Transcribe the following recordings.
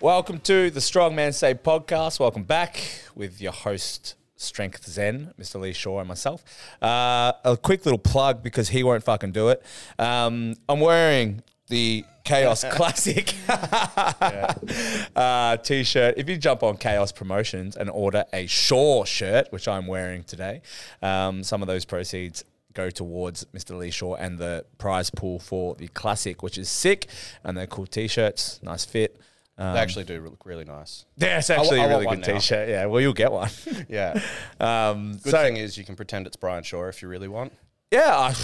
Welcome to the Strong Man Say podcast. Welcome back with your host, Strength Zen, Mr. Lee Shaw, and myself. Uh, a quick little plug because he won't fucking do it. Um, I'm wearing the Chaos Classic uh, t shirt. If you jump on Chaos Promotions and order a Shaw shirt, which I'm wearing today, um, some of those proceeds go towards Mr. Lee Shaw and the prize pool for the Classic, which is sick. And they're cool t shirts, nice fit. they Um, actually do look really nice. Yeah, it's actually I a want really one good now. t-shirt. Yeah, well, you'll get one. Yeah. Um, Good so thing is you can pretend it's Brian Shaw if you really want. yeah, I, it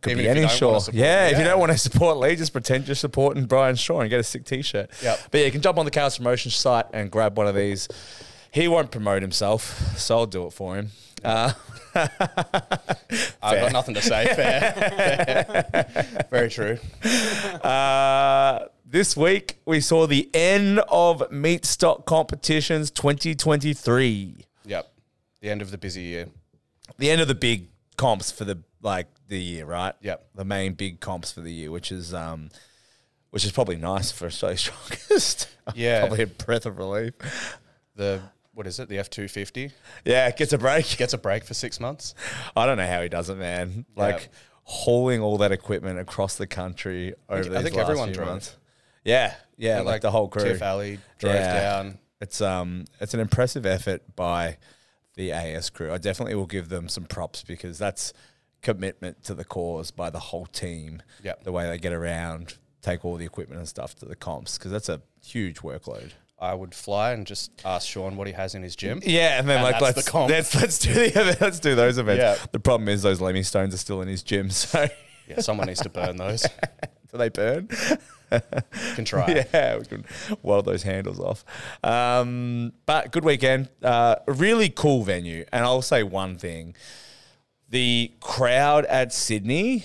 could be Even if you any don't Shaw. wanna support- Yeah, if you yeah. don't want to support Lee, just pretend you're supporting Brian Shaw and get a sick t-shirt. Yep. But yeah, you can jump on the Chaos Promotion site and grab one of these. He won't promote himself, so I'll do it for him. Uh, I've got nothing to say. Fair. Very true. Uh, this week we saw the end of meat stock competitions 2023. Yep. The end of the busy year. the end of the big comps for the like the year, right? Yep. The main big comps for the year, which is um, which is probably nice for Australia's strongest. Yeah. probably a breath of relief. The what is it? The F two fifty Yeah, gets a break. gets a break for six months. I don't know how he does it, man. Like Yeah. hauling all that equipment across the country over these I think last everyone few drove. months. Yeah, yeah, like, the whole crew. Tiff Alley drove Yeah. down. It's um, it's an impressive effort by the AS crew. I definitely will give them some props because that's commitment to the cause by the whole team. Yep. the way they get around, take all the equipment and stuff to the comps because that's a huge workload. I would fly and just ask Sean what he has in his gym. Yeah, and then And like that's the let's, comp. let's let's do the event, let's do those events. Yeah. The problem is those Lemmy stones are still in his gym, so Yeah, someone needs to burn those. do they burn? Can try. Yeah, we can weld those handles off. Um, but good weekend. Uh, really cool venue. And I'll say one thing the crowd at Sydney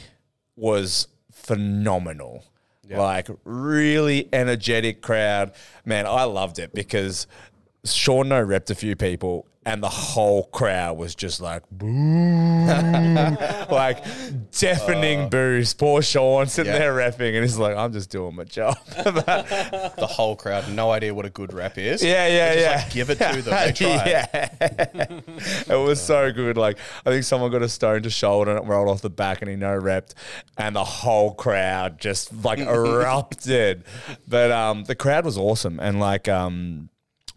was phenomenal. Like, really energetic crowd. Man, I loved it because Sean No repped a few people. And the whole crowd was just like boo, like deafening boos. Poor Sean sitting yeah. there rapping, and he's like, "I'm just doing my job." The whole crowd, no idea what a good rap is. Yeah, yeah, Just, yeah. like, give it to them. They try. yeah. it was so good. Like I think someone got a stone to shoulder and it rolled off the back and he no repped and the whole crowd just like erupted. But um the crowd was awesome and like um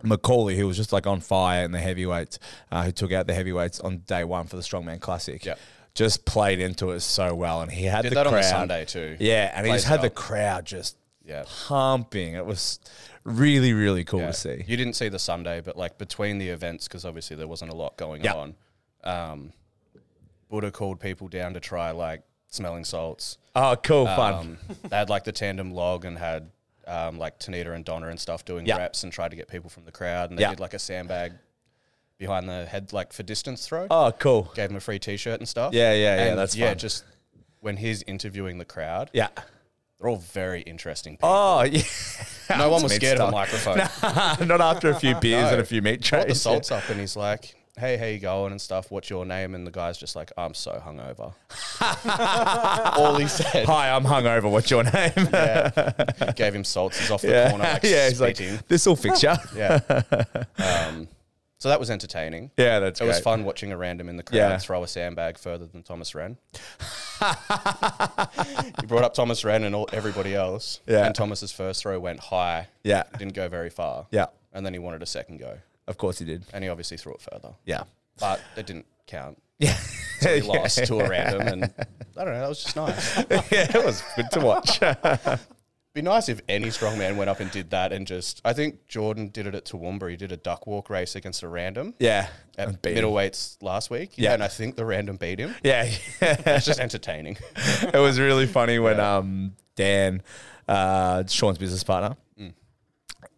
Macaulay, who was just like on fire in the heavyweights, uh, who took out the heavyweights on day one for the Strongman Classic, Yep. just played into it so well, and he had Did the that crowd on the Sunday too. Yeah, and he Plays just had it the up. crowd just Yeah. pumping. It was really, really cool Yeah. to see. You didn't see the Sunday, but like between the events, because obviously there wasn't a lot going Yeah. on. Um, Buddha called people down to try like smelling salts. Oh, cool, fun. Um, they had like the tandem log and had um, like Tanita and Donna and stuff doing Yeah. reps and tried to get people from the crowd. And they Yeah. did like a sandbag behind the head, like for distance throw. oh, cool. Gave him a free T-shirt and stuff. Yeah, yeah, yeah, And that's yeah. fun. Just when he's interviewing the crowd, Yeah. they're all very interesting. People. Oh, yeah. no one was meat scared stuff. of a microphone. Not after a few beers and a few meat trays. brought the salts up and he's like, "Hey, how you going?" and stuff. What's your name? And the guy's just like, "I'm so hungover." All he said. Hi, I'm hungover. What's your name? Yeah. Gave him salts. He's off the yeah. corner, like he's like, spitting. this will fix you. yeah. Um, so that was entertaining. yeah, that's It great. was fun watching a random in the crowd Yeah. throw a sandbag further than Thomas Wren. he brought up Thomas Wren and all, everybody else. Yeah. And Thomas's first throw went high. Yeah. It didn't go very far. Yeah. And then he wanted a second go. Of course he did. And he obviously threw it further. Yeah. But it didn't count. Yeah. we lost to a random, and I don't know. That was just nice. yeah, it was good to watch. Be nice if any strongman went up and did that, and just I think Jordan did it at Toowoomba. He did a duck walk race against a random yeah. And at beat him. middleweights last week. Yeah. and I think the random beat him. Yeah. That's just entertaining. it was really funny when um, Dan, uh, Sean's business partner, Mm.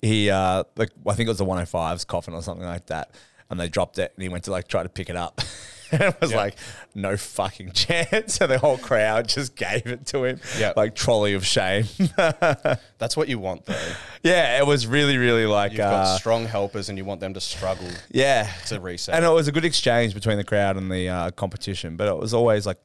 he uh, like I think it was the 105's coffin or something like that, and they dropped it, and he went to like try to pick it up. And it was like no fucking chance, and the whole crowd just gave it to him, Yeah. like trolley of shame. That's what you want, though. yeah, it was really, really like You've uh, got strong helpers, and you want them to struggle yeah, to reset. and uh, it was a good exchange between the crowd and the uh, competition. But it was always like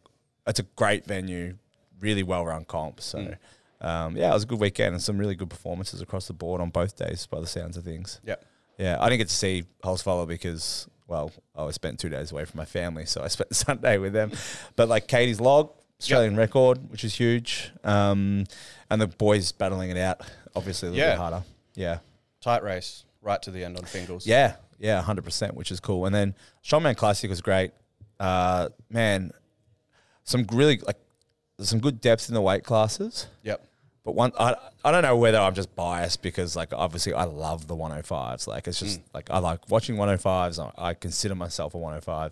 it's a great venue, really well run comp. So Mm. um, yeah, it was a good weekend and some really good performances across the board on both days, by the sounds of things. Yeah. Yeah, I didn't get to see Holzfalla because, well, I was spent two days away from my family, so I spent Sunday with them. But like Katie's log, Australian record, which is huge, um, and the boys battling it out, obviously a little Yeah. bit harder. Yeah, Tight race, right to the end on Fingals. yeah, yeah, hundred percent, which is cool. And then Strongman Classic was great. Uh, man, some really like some good depth in the weight classes. Yep. But one, I, I don't know whether I'm just biased because, like, obviously I love the 105s. Like, it's just like I like watching 105s. I, I consider myself a 105.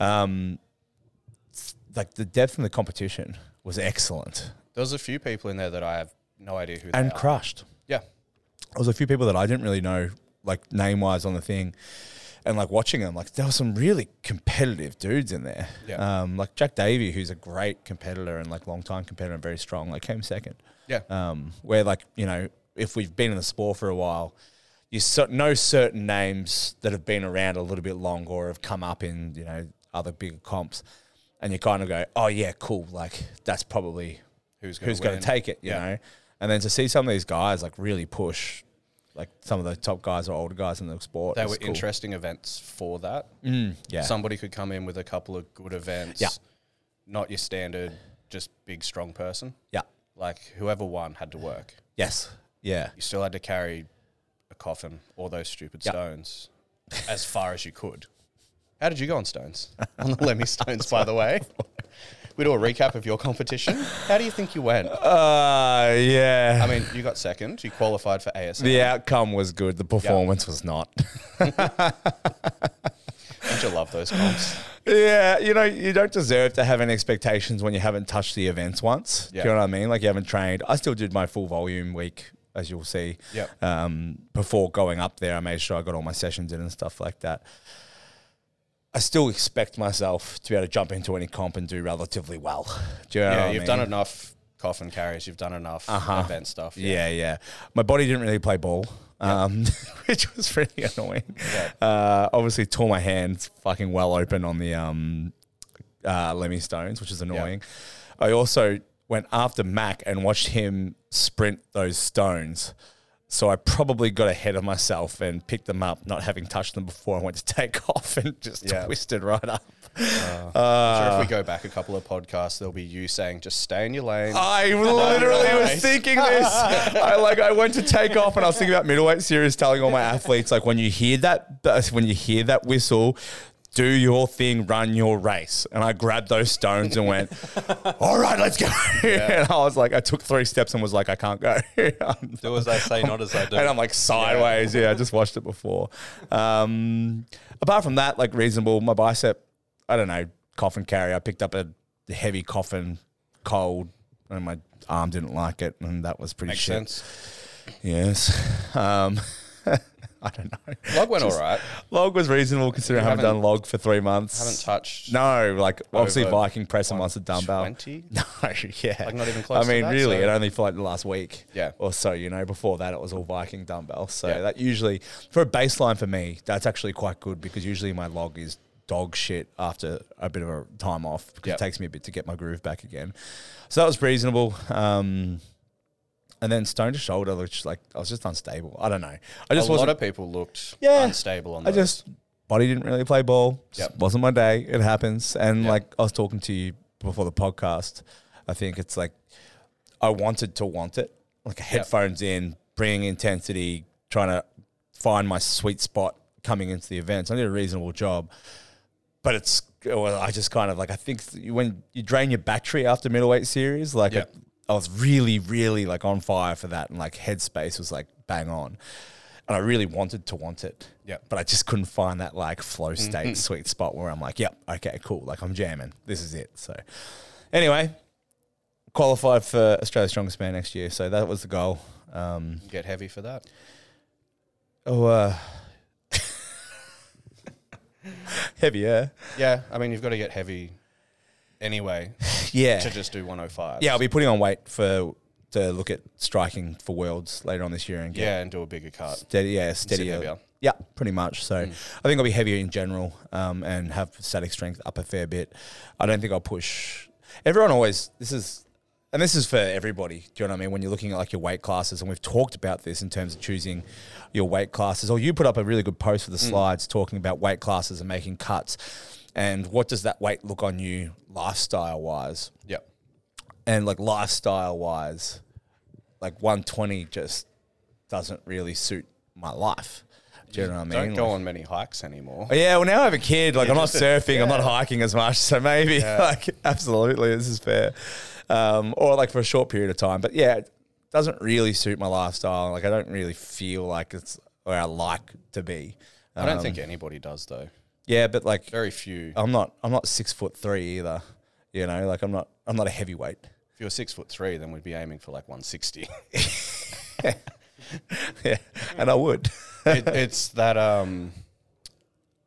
Um, s- like the depth in the competition was excellent There was a few people in there that I have no idea who and they are. crushed. yeah. There was a few people that I didn't really know, like name wise, on the thing, and like watching them, like there were some really competitive dudes in there. Yeah. Um, like Jack Davey, who's a great competitor and like long time competitor and very strong, like came second. Yeah. um, where like you know if we've been in the sport for a while you so, know certain names that have been around a little bit longer or have come up in you know other bigger comps and you kind of go oh yeah cool like that's probably Who's gonna who's going win. to take it you Yeah. know and then to see some of these guys like really push like some of the top guys or older guys in the sport They is were cool. interesting events for that. yeah Somebody could come in with a couple of good events. Yeah. Not your standard, just big, strong person. yeah Like whoever won had to work. yes yeah You still had to carry a coffin or those stupid Yeah. stones as far as you could. How did you go on stones? On the Lemmy stones, by the way. We do a recap of your competition. How do you think you went? uh yeah I mean, you got second. You qualified for ASL. the outcome was good the performance was not Don't you love those comps? Yeah, you know, you don't deserve to have any expectations when you haven't touched the events once. Do Yeah. you know what I mean? Like you haven't trained. I still did my full volume week, as you'll see. Yep. Um, before going up there, I made sure I got all my sessions in and stuff like that. I still expect myself to be able to jump into any comp and do relatively well. Do you know what Yeah, I you've mean? Uh-huh. done enough coffin carries. You've done enough event stuff. Yeah, yeah. My body didn't really play ball, um, which was pretty annoying. Uh, obviously, tore my hands fucking well open on the um, uh, Lemmy Stones, which is annoying. I also went after Mac and watched him sprint those stones. So I probably got ahead of myself and picked them up, not having touched them before. I went to take off and just Yeah. twisted right up. I'm sure if we Uh, go back a couple of podcasts, there'll be you saying, just stay in your lane. I literally was Nice. thinking this. I like I went to take off and I was thinking about middleweight series, telling all my athletes like when you hear that that- when you hear that whistle. Do your thing, run your race. And I grabbed those stones and went, All right, let's go. And I was like, I took three steps and was like, I can't go. I'm- Do as I say, not as I do. and I'm like sideways. Yeah, I just watched it before. Um, apart from that, like reasonable. My bicep, I don't know, coffin carry. I picked up a heavy coffin, cold, and my arm didn't like it, and that was pretty Makes shit. sense. Yes. Um, I don't know. Log went all right. Log was reasonable considering I haven't, haven't- done log for three months. Haven't touched. No, like obviously Over Viking press and monster dumbbell. 120? No, yeah, Like, not even close I to mean, that, really, so- it only for like the last week, Yeah. or so. You know, before that, it was all Viking dumbbell. So Yeah. that usually for a baseline for me, that's actually quite good because usually my log is dog shit after a bit of a time off because Yeah. it takes me a bit to get my groove back again. So that was reasonable. Um, and then stone to shoulder, which like I was just unstable. I don't know. I A just wasn't lot of people looked Yeah. unstable on I those. just body didn't really play ball. Just Yep. wasn't my day. It happens. And like I was talking to you before the podcast, I think it's like I wanted to want it. Like headphones in, bringing intensity, trying to find my sweet spot coming into the events. I did a reasonable job, but it's well, I just kind of like I think when you drain your battery after middleweight series, like Yeah. I was really, really like on fire for that, and like headspace was like bang on, and I really wanted to want it. Yeah. but I just couldn't find that like flow state sweet spot where I'm like, yep, okay, cool, like I'm jamming. This is it. So, anyway, qualified for Australia's Strongest Man next year, so that was the goal. Um, get heavy for that. oh, uh, heavier, Yeah, I mean, you've got to get heavy anyway yeah. to just do 105. Yeah, I'll be putting on weight for to look at striking for worlds later on this year and get yeah, and do a bigger cut. steady, yeah, steadier. heavier. Yeah, pretty much. So I think I'll be heavier in general um, and have static strength up a fair bit. I don't think I'll push. Everyone always this is and this is for everybody. Do you know what I mean? When you're looking at like your weight classes, and we've talked about this in terms of choosing your weight classes, or you put up a really good post for the slides talking about weight classes and making cuts, and what does that weight look on you lifestyle wise, Yep. and like lifestyle wise, like 120 just doesn't really suit my life. Do you know what I mean? Don't go Like- on many hikes anymore. Oh, Yeah, well, now I have a kid. Like, I'm not just a- surfing. I'm not hiking as much. So maybe, like, absolutely, this is fair. Um, or like for a short period of time. But yeah, it doesn't really suit my lifestyle. Like, I don't really feel like it's where I like to be. Uh, I Um, don't think anybody does though. Yeah, but like, Very few. I'm not. I'm not six foot three either. You know, like I'm not. I'm not a heavyweight. If you're six foot three, then we'd be aiming for like 160. yeah, and I would. it, it's that um,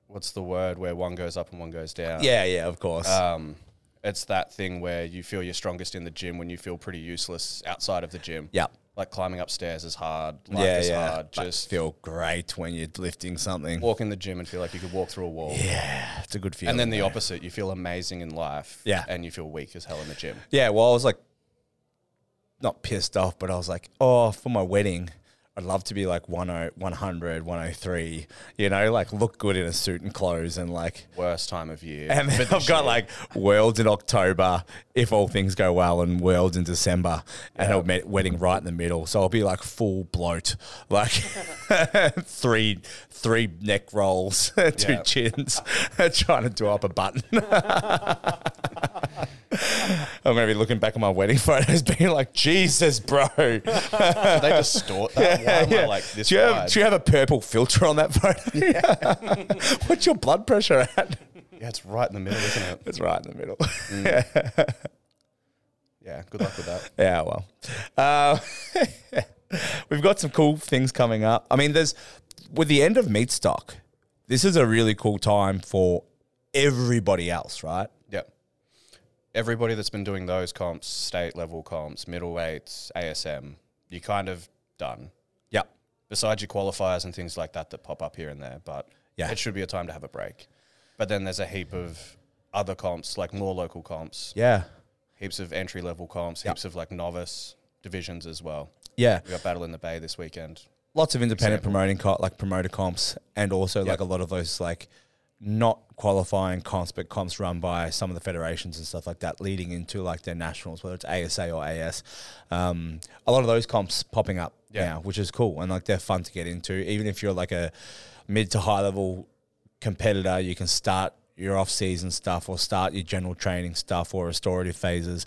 what's the word where one goes up and one goes down? yeah, yeah, of course. Um, it's that thing where you feel you're strongest in the gym when you feel pretty useless outside of the gym. Yep. Like climbing upstairs is hard. Life yeah, is yeah. hard. But Just feel great when you're lifting something. walk in the gym and feel like you could walk through a wall. yeah, it's a good feeling. And then the opposite, you feel amazing in life. Yeah. And you feel weak as hell in the gym. Yeah, well, I was like, not pissed off, but I was like, oh, for my wedding, I'd love to be like oh, 10 100, 103, you know, like look good in a suit and clothes and like. Worst time of year. And then I've got like worlds in October, if all things go well, and worlds in December, and a med- wedding right in the middle. So I'll be like full bloat, like three three neck rolls, two Yeah. chins, trying to do up a button. I'm gonna be looking back at my wedding photos, being like, Jesus, bro. they distort that. Why am I like this? do, you have, wide? do you have a purple filter on that photo? What's your blood pressure at? yeah, it's right in the middle, isn't it? It's right in the middle. Yeah, good luck with that. Yeah, well, uh, we've got some cool things coming up. I mean, there's with the end of meat stock, this is a really cool time for everybody else, right? Yep. Everybody that's been doing those comps, state level comps, middleweights, ASM, you're kind of done. Yep. Besides your qualifiers and things like that that pop up here and there, but Yeah. it should be a time to have a break. But then there's a heap of other comps, like more local comps, Yeah. heaps of entry level comps, heaps of like novice divisions as well. Yeah. We got Battle in the Bay this weekend. Lots of independent promoting co- like promoter comps, and also like a lot of those like not qualifying comps, but comps run by some of the federations and stuff like that, leading into like their nationals, whether it's ASA or AS. Um, a lot of those comps popping up Yeah. now, which is cool, and like they're fun to get into. Even if you're like a mid to high level competitor, you can start your off season stuff or start your general training stuff or restorative phases.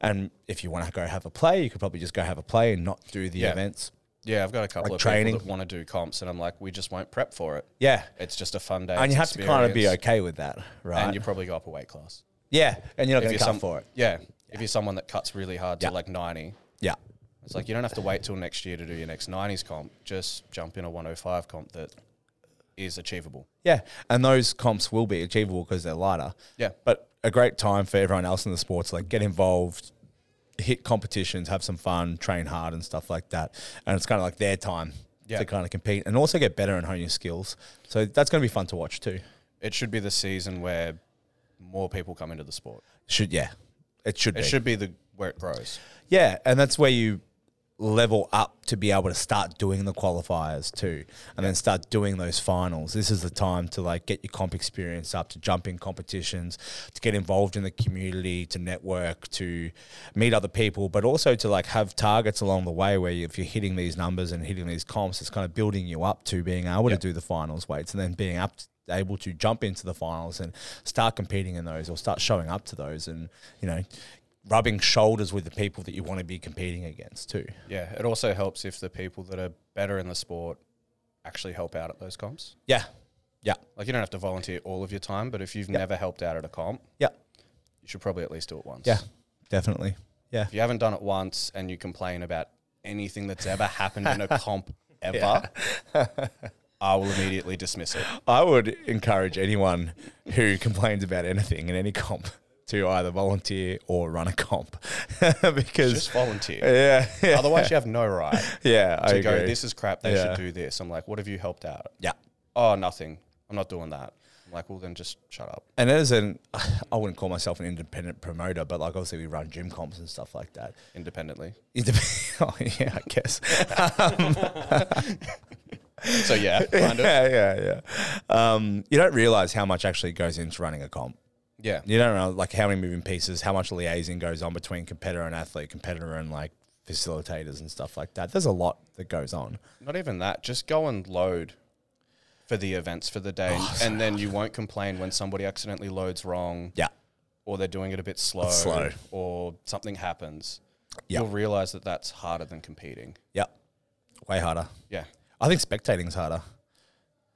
And if you want to go have a play, you could probably just go have a play and not do the Yeah. events. Yeah, I've got a couple Like of training. people that want to do comps, and I'm like, we just won't prep for it. Yeah. It's just a fun day. and it's you have to kind of be experience, okay with that, right? And you probably go up a weight class. yeah, and you're not going you're to come some- for it. Yeah. If you're someone that cuts really hard Yeah. to like 90, Yeah, it's like you don't have to wait till next year to do your next 90s comp. Just jump in a 105 comp that is achievable. yeah, and those comps will be achievable because they're lighter. Yeah. but a great time for everyone else in the sports, like get involved, hit competitions, have some fun, train hard, and stuff like that. And it's kind of like their time Yeah. to kind of compete and also get better and hone your skills. So that's going to be fun to watch too. It should be the season where more people come into the sport. Should yeah, it should It be should be the where it grows. Yeah, and that's where you level up to be able to start doing the qualifiers too, and then start doing those finals. This is the time to like get your comp experience up, to jump in competitions, to get involved in the community, to network, to meet other people, but also to like have targets along the way where you, if you're hitting these numbers and hitting these comps, it's kind of building you up to being able to do the finals weights and then being up able to jump into the finals and start competing in those or start showing up to those and you know rubbing shoulders with the people that you want to be competing against too. Yeah. It also helps if the people that are better in the sport actually help out at those comps. Yeah. Yeah. Like you don't have to volunteer all of your time, but if you've never helped out at a comp, Yeah. you should probably at least do it once. Yeah. Definitely. Yeah. If you haven't done it once and you complain about anything that's ever happened in a comp ever, I will immediately dismiss it. I would encourage anyone who complains about anything in any comp to either volunteer or run a comp because Just volunteer. yeah, yeah, Otherwise, you have no right yeah, I to go, agree. this is crap, they Yeah. should do this. I'm like, what have you helped out? yeah. Oh, nothing. I'm not doing that. I'm like, well, then just shut up. And as an, I wouldn't call myself an independent promoter, but like obviously we run gym comps and stuff like that. Independently. Indep- oh, yeah, I guess. So yeah, yeah, kind of. yeah, yeah. Um, you don't realize how much actually goes into running a comp. Yeah. You don't know like how many moving pieces, how much liaison goes on between competitor and athlete, competitor and like facilitators and stuff like that. There's a lot that goes on. Not even that. Just go and load for the events for the day, and then you won't complain when somebody accidentally loads wrong, Yeah. or they're doing it a bit slow, slow. or something happens. Yeah. You'll realize that that's harder than competing. Yeah. Way harder. Yeah, I think spectating's harder.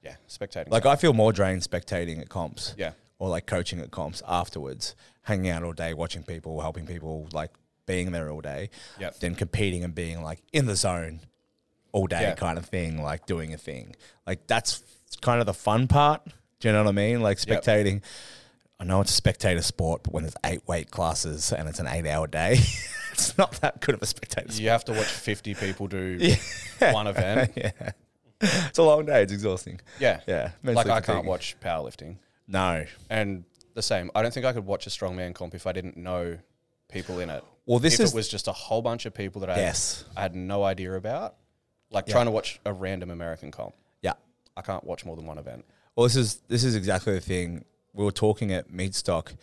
yeah. Spectating. Like I feel more drained spectating at comps. yeah, Or like coaching at comps afterwards, hanging out all day, watching people, helping people, like being there all day. Yep. Then competing and being like in the zone all day Yeah. kind of thing, like doing a thing. Like that's kind of the fun part. Do you know what I mean? Like Yep. spectating. I know it's a spectator sport, but when there's eight weight classes and it's an eight hour day, it's not that good of a spectator sport. you have to watch fifty people do one event. Yeah. It's a long day. It's exhausting. Yeah, Yeah. Like mentally I can't fatiguing. watch powerlifting, No. and the same. I don't think I could watch a strongman comp if I didn't know people in it. Well, this if is- it was just a whole bunch of people that I Yes. I had no idea about. Like trying to watch a random American comp. Yeah. I can't watch more than one event. Well, this is this is exactly the thing we were talking at Meatstock.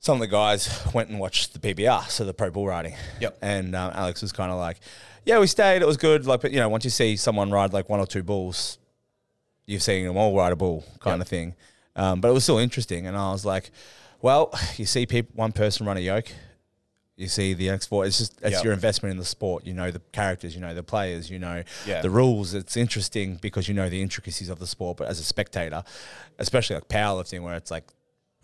Some of the guys went and watched the PBR, so the Pro Bull Riding. Yep. And um, Alex was kind of like, "Yeah, we stayed. It was good. Like, but you know, once you see someone ride like one or two bulls, you've seen them all ride a bull, kind of thing." Um, but it was still interesting, and I was like, "Well, you see, people, one person run a yoke, you see the export. It's just it's Yep. your investment in the sport. You know the characters, you know the players, you know Yeah. the rules. It's interesting because you know the intricacies of the sport. But as a spectator, especially like powerlifting, where it's like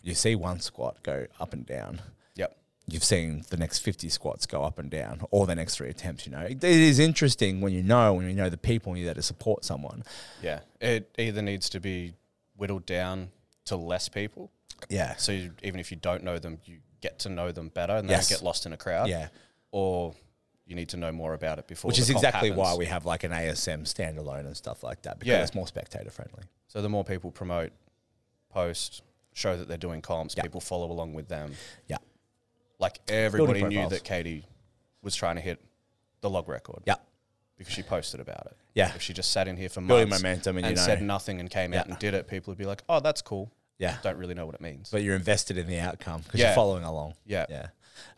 you see one squat go up and down, Yep. you've seen the next fifty squats go up and down, or the next three attempts. You know it is interesting when you know when you know the people and you're there to support someone. Yeah. It either needs to be whittled down to less people. Yeah, So you, even if you don't know them, you get to know them better and Yes. they don't get lost in a crowd. yeah. Or you need to know more about it before. Which the is comp exactly happens. why we have like an ASM standalone and stuff like that because Yeah. it's more spectator friendly. So the more people promote, post, show that they're doing comps, Yeah. people follow along with them. Yeah. Like everybody knew profiles. that Katie was trying to hit the log record. Yeah. because she posted about it. Yeah. If she just sat in here for Building months momentum and you know. said nothing and came out Yeah. and did it, people would be like, "Oh, that's cool." Yeah. Don't really know what it means. but you're invested in the outcome because you're Yeah. following along. yeah. Yeah.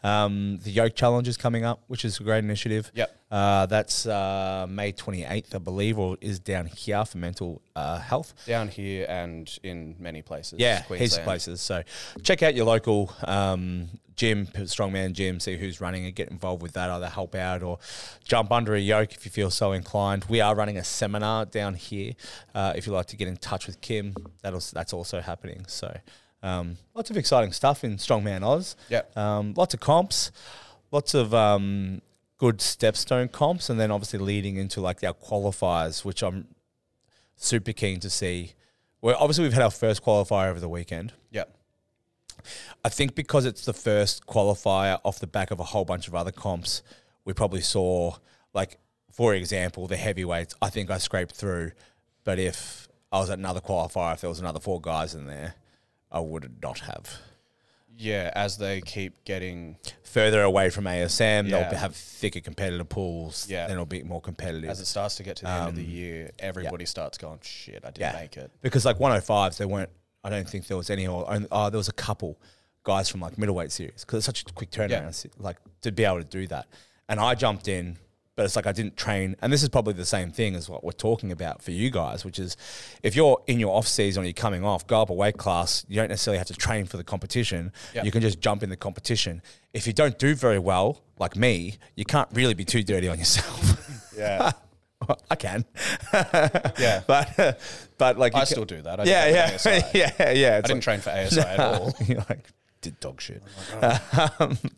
Um, the Yoke Challenge is coming up, which is a great initiative. Yep. Uh, that's uh, May 28th, I believe, or is down here for mental uh, health. Down here and in many places. Yeah, heaps of Queensland. places. So check out your local um, gym, strongman gym, see who's running it, get involved with that, either help out or jump under a yoke if you feel so inclined. We are running a seminar down here. Uh, if you'd like to get in touch with Kim, that'll, that's also happening. So um, lots of exciting stuff in Strongman Oz. Yep. Um, lots of comps, lots of um, good stepstone comps, and then obviously leading into like our qualifiers, which I'm super keen to see. Well, obviously we've had our first qualifier over the weekend. Yep. I think because it's the first qualifier off the back of a whole bunch of other comps, we probably saw like, for example, the heavyweights. I think I scraped through, but if I was at another qualifier, if there was another four guys in there, I would not have. Yeah, as they keep getting, further away from ASM. Yeah. They'll have thicker competitor pools. Yeah. Then it'll be more competitive. as it starts to get to the end of the year, everybody starts going, "Shit, I didn't Um, Yeah. make it." because like 105s, there weren't, I don't think there was any, or only, oh, there was a couple guys from like middleweight series because it's such a quick turnaround, like to be able to do that. And I jumped in, but it's like I didn't train. And this is probably the same thing as what we're talking about for you guys, which is if you're in your off season or you're coming off, go up a weight class, you don't necessarily have to train for the competition. Yeah. You can just jump in the competition. If you don't do very well, like me, you can't really be too dirty on yourself. Yeah, Well, I can, yeah. but but like I you ca- still do that. I yeah, did yeah, that with ASI. yeah, yeah, I didn't train for ASI at all. You're like, did dog shit.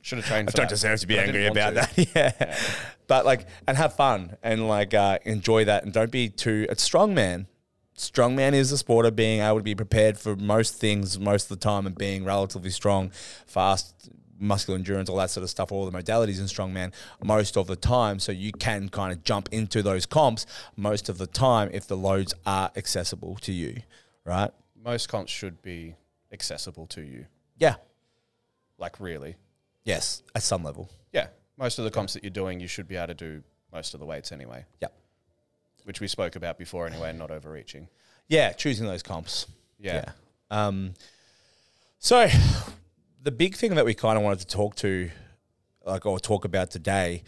Should have trained. For Don't that, deserve to be but I angry didn't want about that. Yeah. But like, and have fun and like uh, enjoy that and don't be too, it's strongman. Strongman is the sport of being able to be prepared for most things most of the time and being relatively strong, fast, muscular endurance, all that sort of stuff, all the modalities in strongman most of the time. So you can kind of jump into those comps most of the time if the loads are accessible to you, right? Most comps should be accessible to you. Yeah. Like really. Yes, at some level. Yeah. Most of the comps that you're doing, you should be able to do most of the weights anyway, Yeah. which we spoke about before anyway, and not overreaching. Yeah, choosing those comps. Yeah. Yeah. Um, so the big thing that we kind of wanted to talk to, like, or talk about today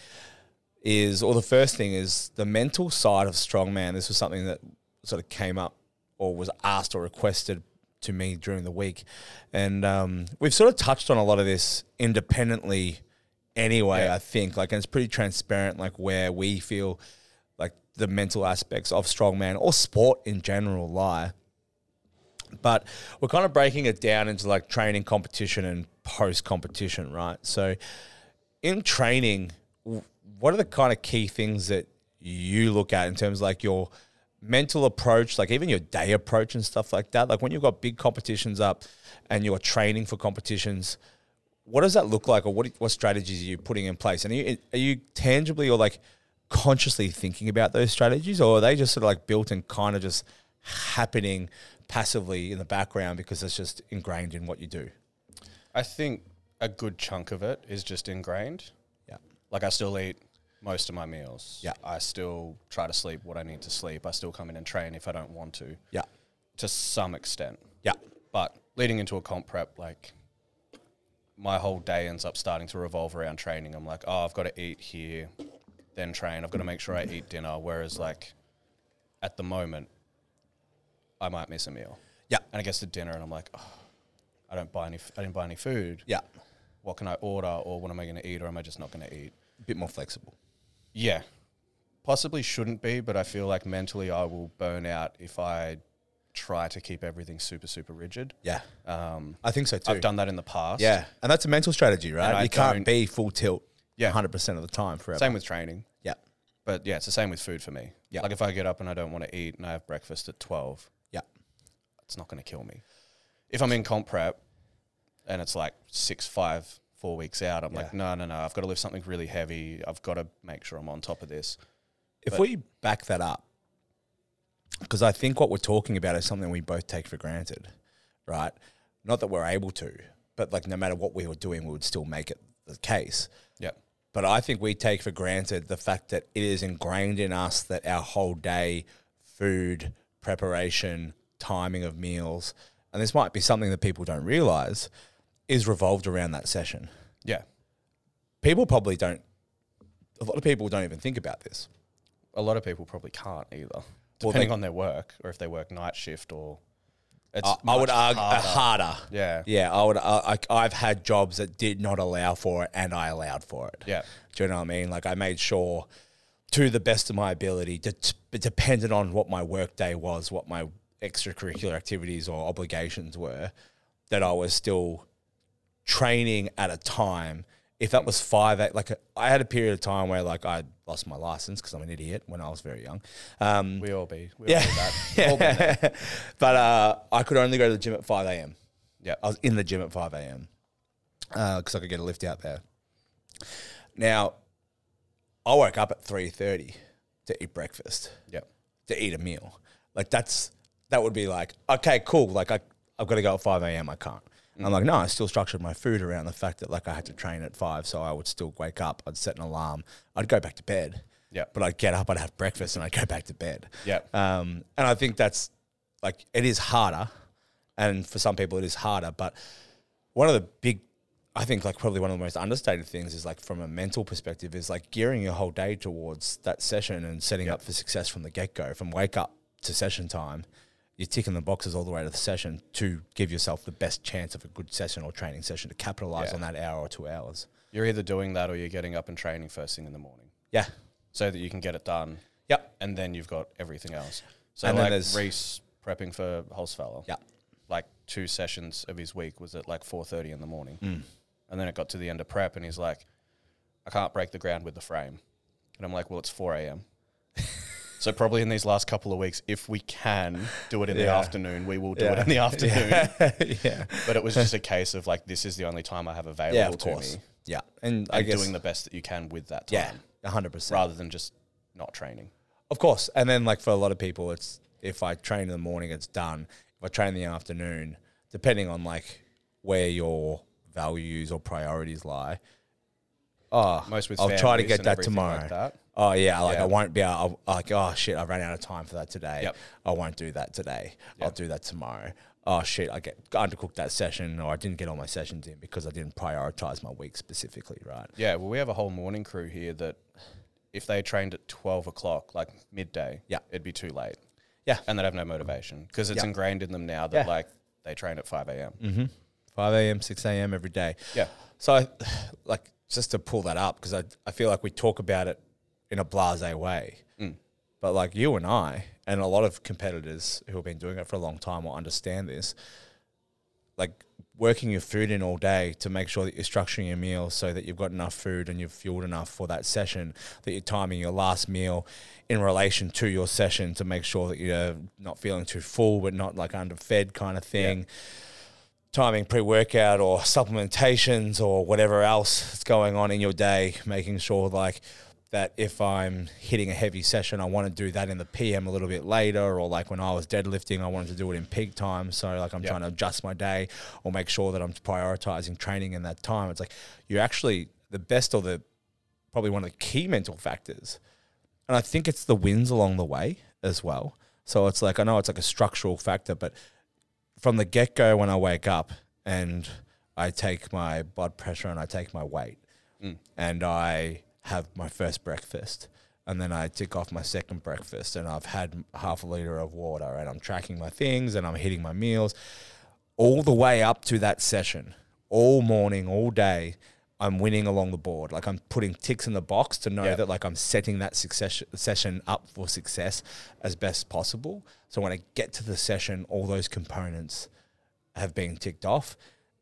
is, or the first thing is the mental side of strongman. This was something that sort of came up or was asked or requested to me during the week. And um, we've sort of touched on a lot of this independently anyway, I think. Like, and it's pretty transparent, like, where we feel like the mental aspects of strongman or sport in general lie but we're kind of breaking it down into like training competition and post competition right so in training w- what are the kind of key things that you look at in terms of like your mental approach like even your day approach and stuff like that like when you've got big competitions up and you're training for competitions what does that look like or what, what strategies are you putting in place and are you, are you tangibly or like consciously thinking about those strategies or are they just sort of like built and kind of just happening passively in the background because it's just ingrained in what you do I think a good chunk of it is just ingrained. yeah Like I still eat most of my meals. Yeah. I still try to sleep what I need to sleep. I still come in and train if I don't want to, yeah to some extent. yeah But leading into a comp prep, like my whole day ends up starting to revolve around training. I'm like, oh, I've got to eat here, then train. I've got to make sure I eat dinner. Whereas, like, at the moment, I might miss a meal. Yeah. And I get to dinner and I'm like, oh, I don't buy any. F- I didn't buy any food. yeah What can I order, or what am I going to eat, or am I just not going to eat? a bit more flexible Yeah. Possibly shouldn't be, but I feel like mentally I will burn out if I try to keep everything super, super rigid. yeah Um, i think so too I've done that in the past. yeah and that's a mental strategy And right I you can't don't- be full tilt Yeah. 100% of the time forever Same with training. yeah But yeah, it's the same with food for me. Yeah. Like if I get up and I don't want to eat and I have breakfast at 12, yeah it's not going to kill me. If I'm in comp prep and it's like six, five, four weeks out, I'm like, no, no, no, I've got to lift something really heavy. I've got to make sure I'm on top of this. if we back that up, because I think what we're talking about is something we both take for granted, right? Not that we're able to, but like no matter what we were doing, we would still make it the case. Yeah. But I think we take for granted the fact that it is ingrained in us that our whole day, food, preparation, timing of meals, and this might be something that people don't realize, is revolved around that session. Yeah. People probably don't, a lot of people don't even think about this. A lot of people probably can't either, Well, depending they- on their work or if they work night shift or it's I- I would much argue uh, harder. harder. Yeah. Yeah, I would. I, I, I've had jobs that did not allow for it, and I allowed for it. Yeah. do you know what I mean? Like I made sure, to the best of my ability, det- dependent on what my work day was, what my extracurricular activities or obligations were, that I was still training at a time. If that was five, eight, like I had a period of time where like I lost my license because I'm an idiot when I was very young. Um, We all be. We yeah. All be that. We all be that. yeah. but uh, I could only go to the gym at 5 a.m. Yeah. I was in the gym at 5 a.m. because uh, I could get a lift out there. Now, I woke up at 3.30 to eat breakfast, Yeah. to eat a meal. Like that's, that would be like, okay, cool. Like I, I've got to go at 5 a.m. I can't. And I'm like, no, I still structured my food around the fact that like I had to train at five. So I would still wake up. I'd set an alarm. I'd go back to bed. Yeah. But I'd get up, I'd have breakfast and I'd go back to bed. Yeah. Um, and I think that's like it is harder, and for some people it is harder. But one of the big, I think, like probably one of the most understated things is like from a mental perspective is like gearing your whole day towards that session and setting up for success from the get go, from wake up to session time. You're ticking the boxes all the way to the session to give yourself the best chance of a good session or training session to capitalize Yeah. on that hour or two hours. You're either doing that or you're getting up and training first thing in the morning Yeah. so that you can get it done Yep. and then you've got everything else. So And then like there's- Reese prepping for Holzfeller. Yeah. Like two sessions of his week was at like four thirty in the morning, Mm. and then it got to the end of prep, and he's like, "I can't break the ground with the frame," and I'm like, "Well, it's four a.m." So probably in these last couple of weeks, if we can do it in the Yeah. afternoon, we will do it Yeah. in the afternoon. yeah. But it was just a case of like, this is the only time I have available Yeah, of to course. me. Yeah. And I And guess doing the best that you can with that time yeah, 100%. rather than just not training. Of course. And then like for a lot of people it's if I train in the morning it's done. If I train in the afternoon, depending on like where your values or priorities lie. Oh, Most with I'll try to families get and that everything tomorrow. like that. Oh yeah, like Yeah. I won't be able, I'll, like oh shit, I ran out of time for that today. Yep. I won't do that today. I'll do that tomorrow. Oh shit, I get undercooked that session or I didn't get all my sessions in because I didn't prioritize my week specifically, right? Yeah, well, we have a whole morning crew here that if they trained at 12 o'clock, like midday, Yeah. it'd be too late. Yeah. And they'd have no motivation because it's Yeah. ingrained in them now that Yeah. Mm. like they train at 5 a.m. 5 a.m., 6 a.m. every day. Yeah. So, I, like, just to pull that up, because I, I feel like we talk about it in a blase way. But, like, you and I, and a lot of competitors who have been doing it for a long time will understand this. Like, working your food in all day to make sure that you're structuring your meals so that you've got enough food and you're fueled enough for that session, that you're timing your last meal in relation to your session to make sure that you're not feeling too full, but not like underfed kind of thing timing pre workout or supplementations or whatever else that's going on in your day, making sure like that if I'm hitting a heavy session, I want to do that in the PM a little bit later, or like when I was deadlifting, I wanted to do it in peak time. So like I'm Yeah. trying to adjust my day or make sure that I'm prioritizing training in that time. It's like you're actually the best or the probably one of the key mental factors. And I think it's the wins along the way as well. So it's like, I know it's like a structural factor, but from the get go, when I wake up and I take my blood pressure and I take my weight and I have my first breakfast and then I tick off my second breakfast and I've had half a liter of water and I'm tracking my things and I'm hitting my meals all the way up to that session, all morning, all day, I'm winning along the board. Like I'm putting ticks in the box to know Yeah. that like I'm setting that success session up for success as best possible. So when I get to the session, all those components have been ticked off.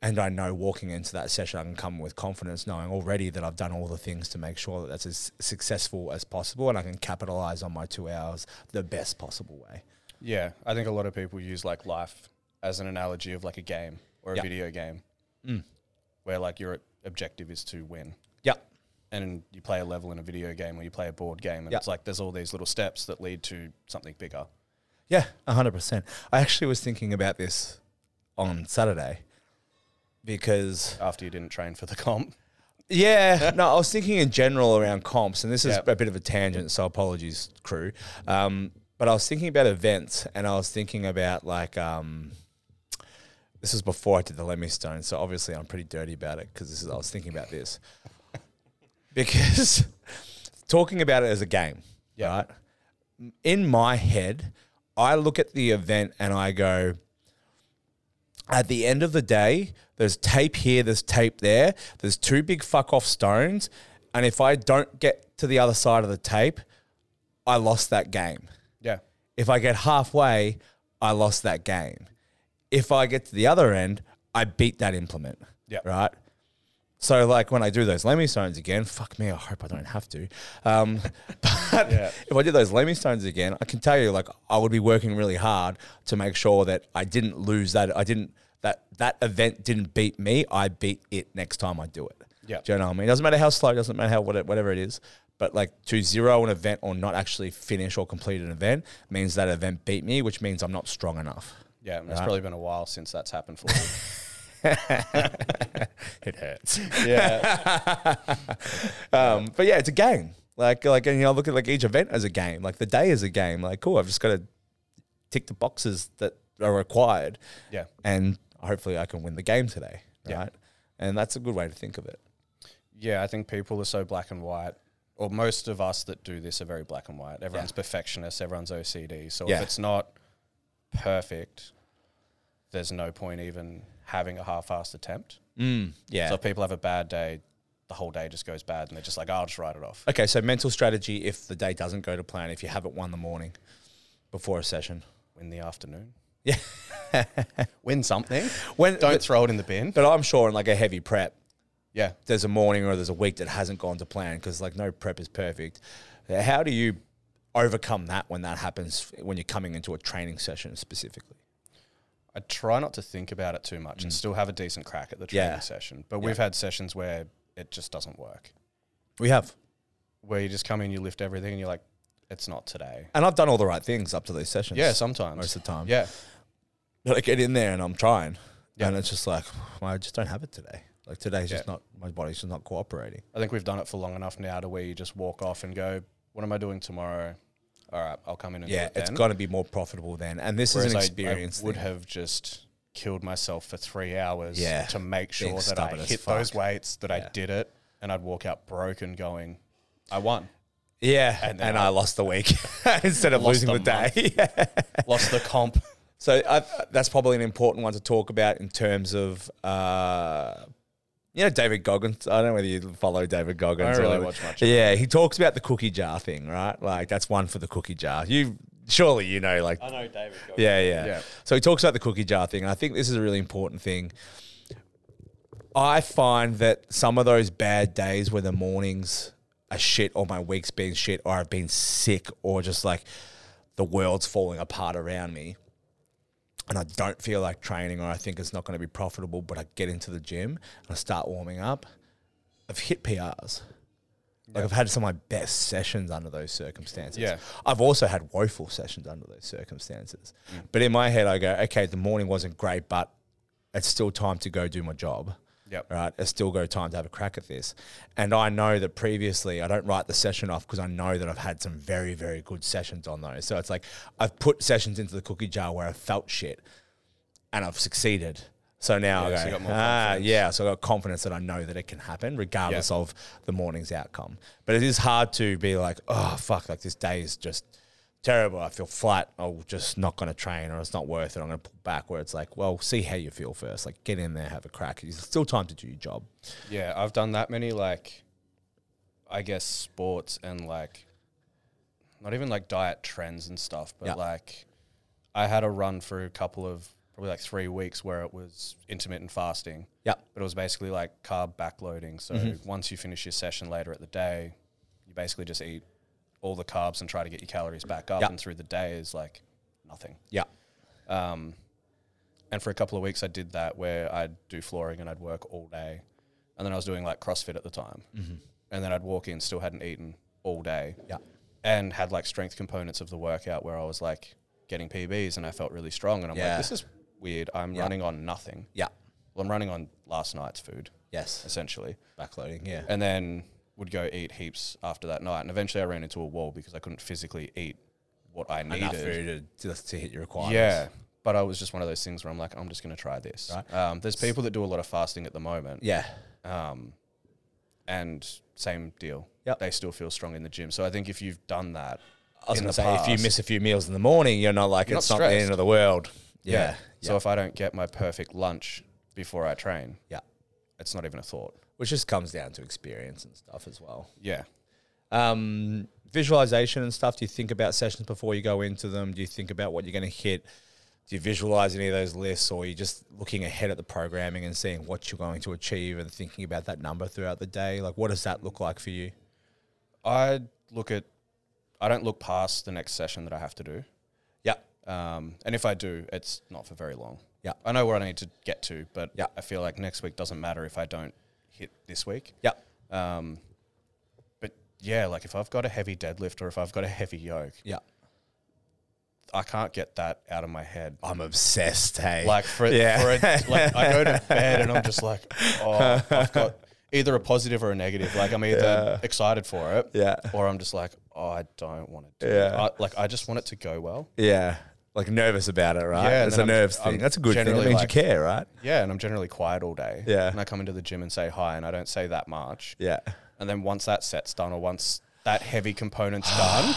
And I know walking into that session, I can come with confidence, knowing already that I've done all the things to make sure that that's as successful as possible, and I can capitalize on my two hours the best possible way. Yeah, I think a lot of people use like life as an analogy of like a game or a Yeah. Mm. video game where like your objective is to win. Yeah, And you play a level in a video game or you play a board game, and Yeah. it's like there's all these little steps that lead to something bigger. Yeah, 100%. I actually was thinking about this on Saturday because, After you didn't train for the comp, yeah, no, I was thinking in general around comps, and this is Yep. a bit of a tangent, so apologies, crew. Um, but I was thinking about events and I was thinking about like, um, this was before I did the Lemmy Stone, so obviously I'm pretty dirty about it because this is I was thinking about this because talking about it as a game, Yeah. right? In my head, I look at the event and I go, at the end of the day, there's tape here, there's tape there, there's two big fuck off stones, and if I don't get to the other side of the tape, I lost that game. yeah, If I get halfway, I lost that game. If I get to the other end, I beat that implement. Yep. Right. So like when I do those lemmy stones again, fuck me, I hope I don't have to. Um, but Yeah. if I did those lemmy stones again, I can tell you like I would be working really hard to make sure that I didn't lose that. I didn't that that event didn't beat me. I beat it next time I do it. Yeah. Do you know what I mean? It doesn't matter how slow, it doesn't matter how what- whatever it is, but like to zero an event or not actually finish or complete an event means that event beat me, which means I'm not strong enough. yeah. And it's probably been a while since that's happened for you. It hurts. yeah, Um, but yeah, it's a game. Like like and you know, look at like each event as a game. Like the day is a game. Like cool, I've just got to tick the boxes that are required, yeah. and hopefully I can win the game today. Right. Yeah. And that's a good way to think of it. Yeah, I think people are so black and white, or most of us that do this are very black and white. Everyone's perfectionist, everyone's OCD. So Yeah. if it's not perfect, there's no point even having a half-assed attempt. Mm, Yeah. So if people have a bad day, the whole day just goes bad, and they're just like, "Oh, "I'll just write it off." okay. So mental strategy if the day doesn't go to plan, if you haven't won the morning before a session. Win the afternoon, Yeah. win something. When Don't but, throw it in the bin. but I'm sure in like a heavy prep, Yeah, there's a morning or there's a week that hasn't gone to plan because like no prep is perfect. How do you overcome that when that happens when you're coming into a training session specifically? I try not to think about it too much and still have a decent crack at the training Mm. Yeah. session. But we've had sessions where it just doesn't work. We have. Where you just come in, you lift everything, and you're like, it's not today. And I've done all the right things up to these sessions. Yeah, sometimes. Most of the time. Yeah. But I get in there and I'm trying. Yeah. And it's just like, well, I just don't have it today. Like today's just Yeah. not, my body's just not cooperating. I think we've done it for long enough now to where you just walk off and go, what am I doing tomorrow? All right, I'll come in and Yeah, do it it's then. got to be more profitable then. And this Whereas is I- an I experience. would thing. have just killed myself for three hours Yeah, to make being sure that I stubborn as hit fuck. those weights, that I did it, and I'd walk out broken going, I won. yeah, and, then I, lost the week instead of Lost losing the, the month. day. Yeah. Lost the comp. So I, that's probably an important one to talk about in terms of, uh, you know, David Goggins. I don't know whether you follow David Goggins. I don't or really whatever. watch much of Yeah, he talks about the cookie jar thing, right? Like that's one for the cookie jar. You surely you know, like I know David. Goggins. yeah, yeah, Yeah. So he talks about the cookie jar thing, and I think this is a really important thing. I find that some of those bad days where the mornings are shit, or my week's been shit, or I've been sick, or just like the world's falling apart around me, and I don't feel like training, or I think it's not going to be profitable, but I get into the gym and I start warming up. I've hit PRs. Like I've had some of my best sessions under those circumstances. Yeah. I've also had woeful sessions under those circumstances. Mm. But in my head, I go, okay, the morning wasn't great, but it's still time to go do my job. Yep. Right. It's still go time to have a crack at this. And I know that previously I don't write the session off because I know that I've had some very, very good sessions on those. So it's like I've put sessions into the cookie jar where I felt shit and I've succeeded. So now Yeah, so I you go, got more ah, confidence." yeah. So I got confidence that I know that it can happen regardless Yeah. of the morning's outcome. But it is hard to be like, oh, fuck, like this day is just terrible. I feel flat. I'm just not going to train or it's not worth it. I'm going to pull back where it's like, well, see how you feel first. Like get in there, have a crack. It's still time to do your job. Yeah, I've done that many like I guess sports and like not even like diet trends and stuff, but Yeah. like I had a run for a couple of probably like three weeks where it was intermittent fasting. Yeah. But it was basically like carb backloading. So Mm-hmm. once you finish your session later at the day, you basically just eat all the carbs and try to get your calories back up Yeah. and through the day is like nothing. Yeah. Um, and for a couple of weeks, I did that where I'd do flooring and I'd work all day. And then I was doing like CrossFit at the time. And then I'd walk in, still hadn't eaten all day. Mm-hmm. Yeah. And had like strength components of the workout where I was like getting PBs and I felt really strong. And I'm Yeah. like, this is weird. I'm Yeah. running on nothing. Yeah. Well, I'm running on last night's food, Yes. essentially. Backloading. Yeah. And then would go eat heaps after that night. And eventually I ran into a wall because I couldn't physically eat what I needed. Enough food to, just to hit your requirements. Yeah. But I was just one of those things where I'm like, I'm just going to try this. Right. Um, there's people that do a lot of fasting at the moment. Yeah. Um, and same deal. Yep. They still feel strong in the gym. So I think if you've done that, I was in going to the say, if you past- miss a few meals in the morning, you're not like, You're it's not not, the stressed. end of the world. Yeah. So if I don't get my perfect lunch before I train, yeah. it's not even a thought. which just comes down to experience and stuff as well. Yeah. Um, visualization and stuff. Do you think about sessions before you go into them? Do you think about what you're going to hit? Do you visualize any of those lists, or are you just looking ahead at the programming and seeing what you're going to achieve and thinking about that number throughout the day? Like, what does that look like for you? I look at, I don't look past the next session that I have to do. Yeah, Um, and if I do, it's not for very long. Yeah. I know where I need to get to, but Yeah. I feel like next week doesn't matter if I don't hit this week. yeah, Um, but yeah, like if I've got a heavy deadlift or if I've got a heavy yoke, yeah. I can't get that out of my head. I'm obsessed. Hey, Like for, Yeah. for a, like I go to bed and I'm just like, oh, I've got either a positive or a negative. Like I'm either excited for it, Yeah. or I'm just like, oh, I don't want to do Yeah. it. I, like I just want it to go well. yeah, like nervous about it, right? Yeah, and it's a then I'm- nerves I'm thing. That's a good thing. It generally means like- you care, right? Yeah, and I'm generally quiet all day. Yeah. and I come into the gym and say hi, and I don't say that much. Yeah, And then once that set's done, or once that heavy component's done,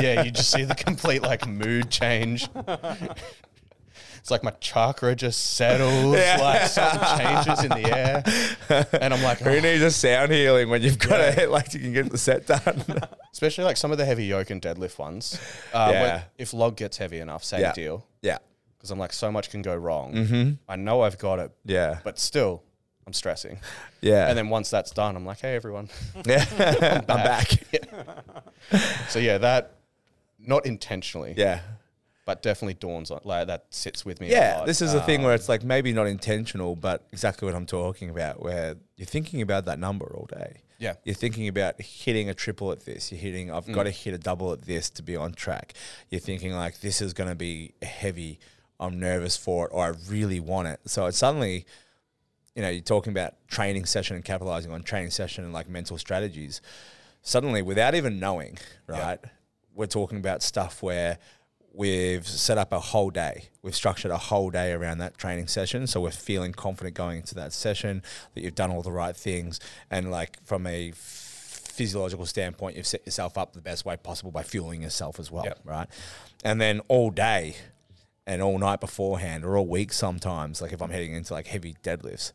yeah, you just see the complete like mood change. It's like my chakra just settles, like something changes in the air, and I'm like, who "Oh." needs a sound healing when you've got a like you can get the set done? especially like some of the heavy yoke and deadlift ones. Uh, Yeah. when- if log gets heavy enough, same Yeah. Mm-hmm. deal. yeah, Because I'm like, so much can go wrong. I know I've got it, yeah. but still, I'm stressing. Yeah. And then once that's done, I'm like, hey, everyone. yeah. I'm back. so yeah, that not intentionally, Yeah. but definitely dawns on like that sits with me. a Yeah. lot. Uh, Um, This is a thing where it's like maybe not intentional, but exactly what I'm talking about, where you're thinking about that number all day. Yeah. Mm. You're thinking about hitting a triple at this. You're hitting, I've got to hit a double at this to be on track. You're thinking, like, this is going to be heavy. I'm nervous for it, or I really want it. So it's suddenly, you know, you're talking about training session and capitalizing on training session and like mental strategies. Suddenly, without even knowing, right, we're talking about stuff where we've set up a whole day, we've structured a whole day around that training session. So we're feeling confident going into that session that you've done all the right things. And like from a physiological standpoint, you've set yourself up the best way possible by fueling yourself as well, Yep. right? And then all day, and all night beforehand or all week sometimes like if i'm heading into like heavy deadlifts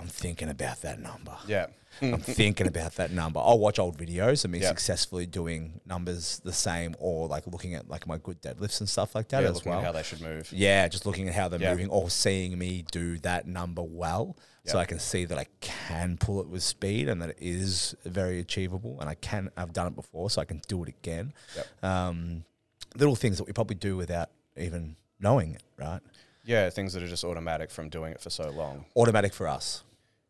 i'm thinking about that number yeah, i'm thinking about that number i'll watch old videos of me Yeah. successfully doing numbers the same or like looking at like my good deadlifts and stuff like that yeah as looking well at how they should move. yeah just looking at how they're Yeah. moving or seeing me do that number well so Yeah. i can see that i can pull it with speed and that it is very achievable and i can i've done it before so i can do it again Yep. um, little things that we probably do without even knowing it right Yeah, things that are just automatic from doing it for so long. automatic for us,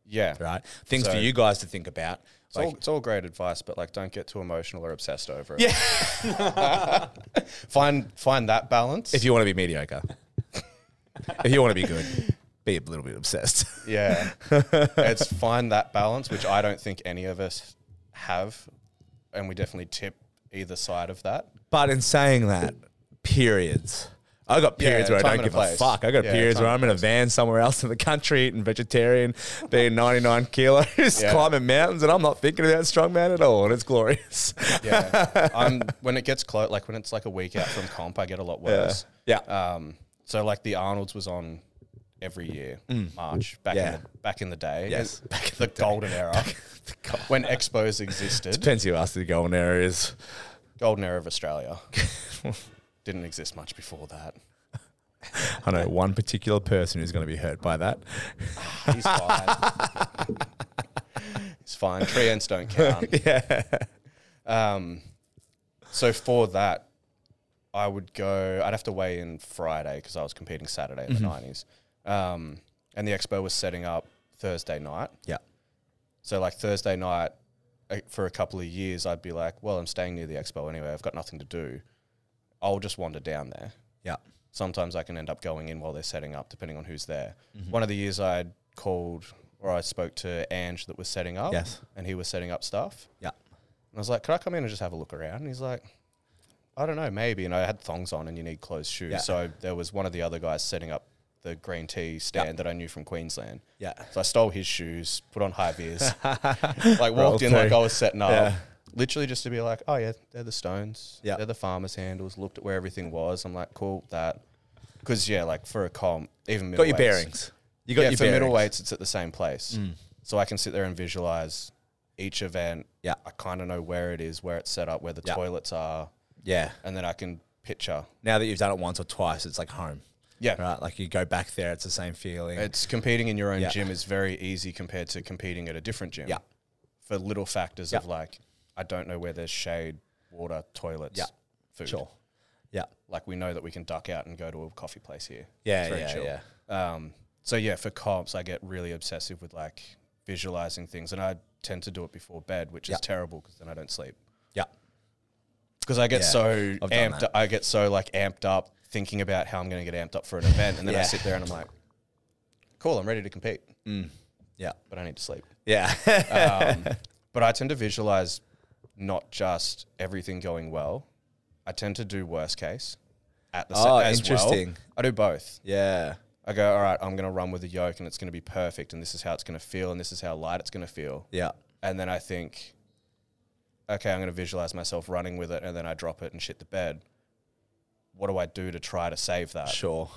Yeah, right? Things So- for you guys to think about. It's, Like, all, it's all great advice, but like, don't get too emotional or obsessed over it. Yeah, find find that balance. if you want to be mediocre, if you want to be good, be a little bit obsessed. Yeah. it's find that balance, which I don't think any of us have. And we definitely tip either side of that. But in saying that, periods. I got Yeah, periods where time I and don't a give a place. fuck. I got Yeah, periods time where I'm in a van somewhere else in the country eating vegetarian, being 99 kilos, Yeah. climbing mountains, and I'm not thinking about strongman at all, and it's glorious. Yeah. I'm, when it gets close, like when it's like a week out from comp, I get a lot worse. yeah, Um, so like the Arnold's was on every year, March, back, Yeah. in the, back in the day. Yes. It- the, golden era. when expos existed, depends who asked you to go on there is. golden era of Australia. Didn't exist much before that. I know one particular person who's going to be hurt by that. He's fine. He's fine. Tree ends don't count. Um, so for that, I would go. I'd have to weigh in Friday because I was competing Saturday in the nineties, um, and the expo was setting up Thursday night. Yeah. So like Thursday night, uh, for a couple of years, I'd be like, well, I'm staying near the expo anyway. I've got nothing to do. I'll just wander down there. Yeah. sometimes I can end up going in while they're setting up, depending on who's there. Mm-hmm. One of the years I would called or I spoke to Ange that was setting up, Yes. and he was setting up stuff. Yeah. And I was like, "Could I come in and just have a look around?" And he's like, "I don't know, maybe." And I had thongs on, and you need closed shoes. Yeah. So there was one of the other guys setting up the green tea stand that I knew from Queensland. Yeah. So I stole his shoes, put on high vis, like walked in through. like I was setting up. Yeah. Literally just to be like, oh yeah, they're the stones. Yeah. They're the farmers' handles. Looked at where everything was. I'm like, cool, that. Because yeah, like for a comp, even Got your middleweights- bearings. You got yeah, your for bearings. Mm. middleweights, it's at the same place. So I can sit there and visualize each event. Yeah. I kind of know where it is, where it's set up, where the Yeah. toilets are, Yeah. and then I can picture. Now that you've done it once or twice, it's like home, Yeah. right? Like you go back there, it's the same feeling. It's competing in your own Yeah. gym is very easy compared to competing at a different gym. Yeah. For little factors of Yeah. like, I don't know where there's shade, water, toilets, Yeah. food. sure. Yeah. Like we know that we can duck out and go to a coffee place here. Yeah. It's very Yeah. chill. Yeah. Um, so yeah, for comps, I get really obsessive with like visualizing things, and I tend to do it before bed, which Yeah. is terrible because then I don't sleep. Yeah. Because I get Yeah, so I've done amped. that. I get so like amped up thinking about how I'm going to get amped up for an event, and then I Yeah. sit there and I'm like, "Cool, I'm ready to compete, Yeah. but I need to sleep." Yeah. Uh, Um, but I tend to visualize not just everything going well. I tend to do worst case at the same Oh, time. as interesting. well. I do both. yeah. I go, all right, I'm going to run with the yoke and it's going to be perfect. And this is how it's going to feel. And this is how light it's going to feel. Yeah. And then I think, okay, I'm going to visualize myself running with it. And then I drop it and shit the bed. What do I do to try to save that? Sure.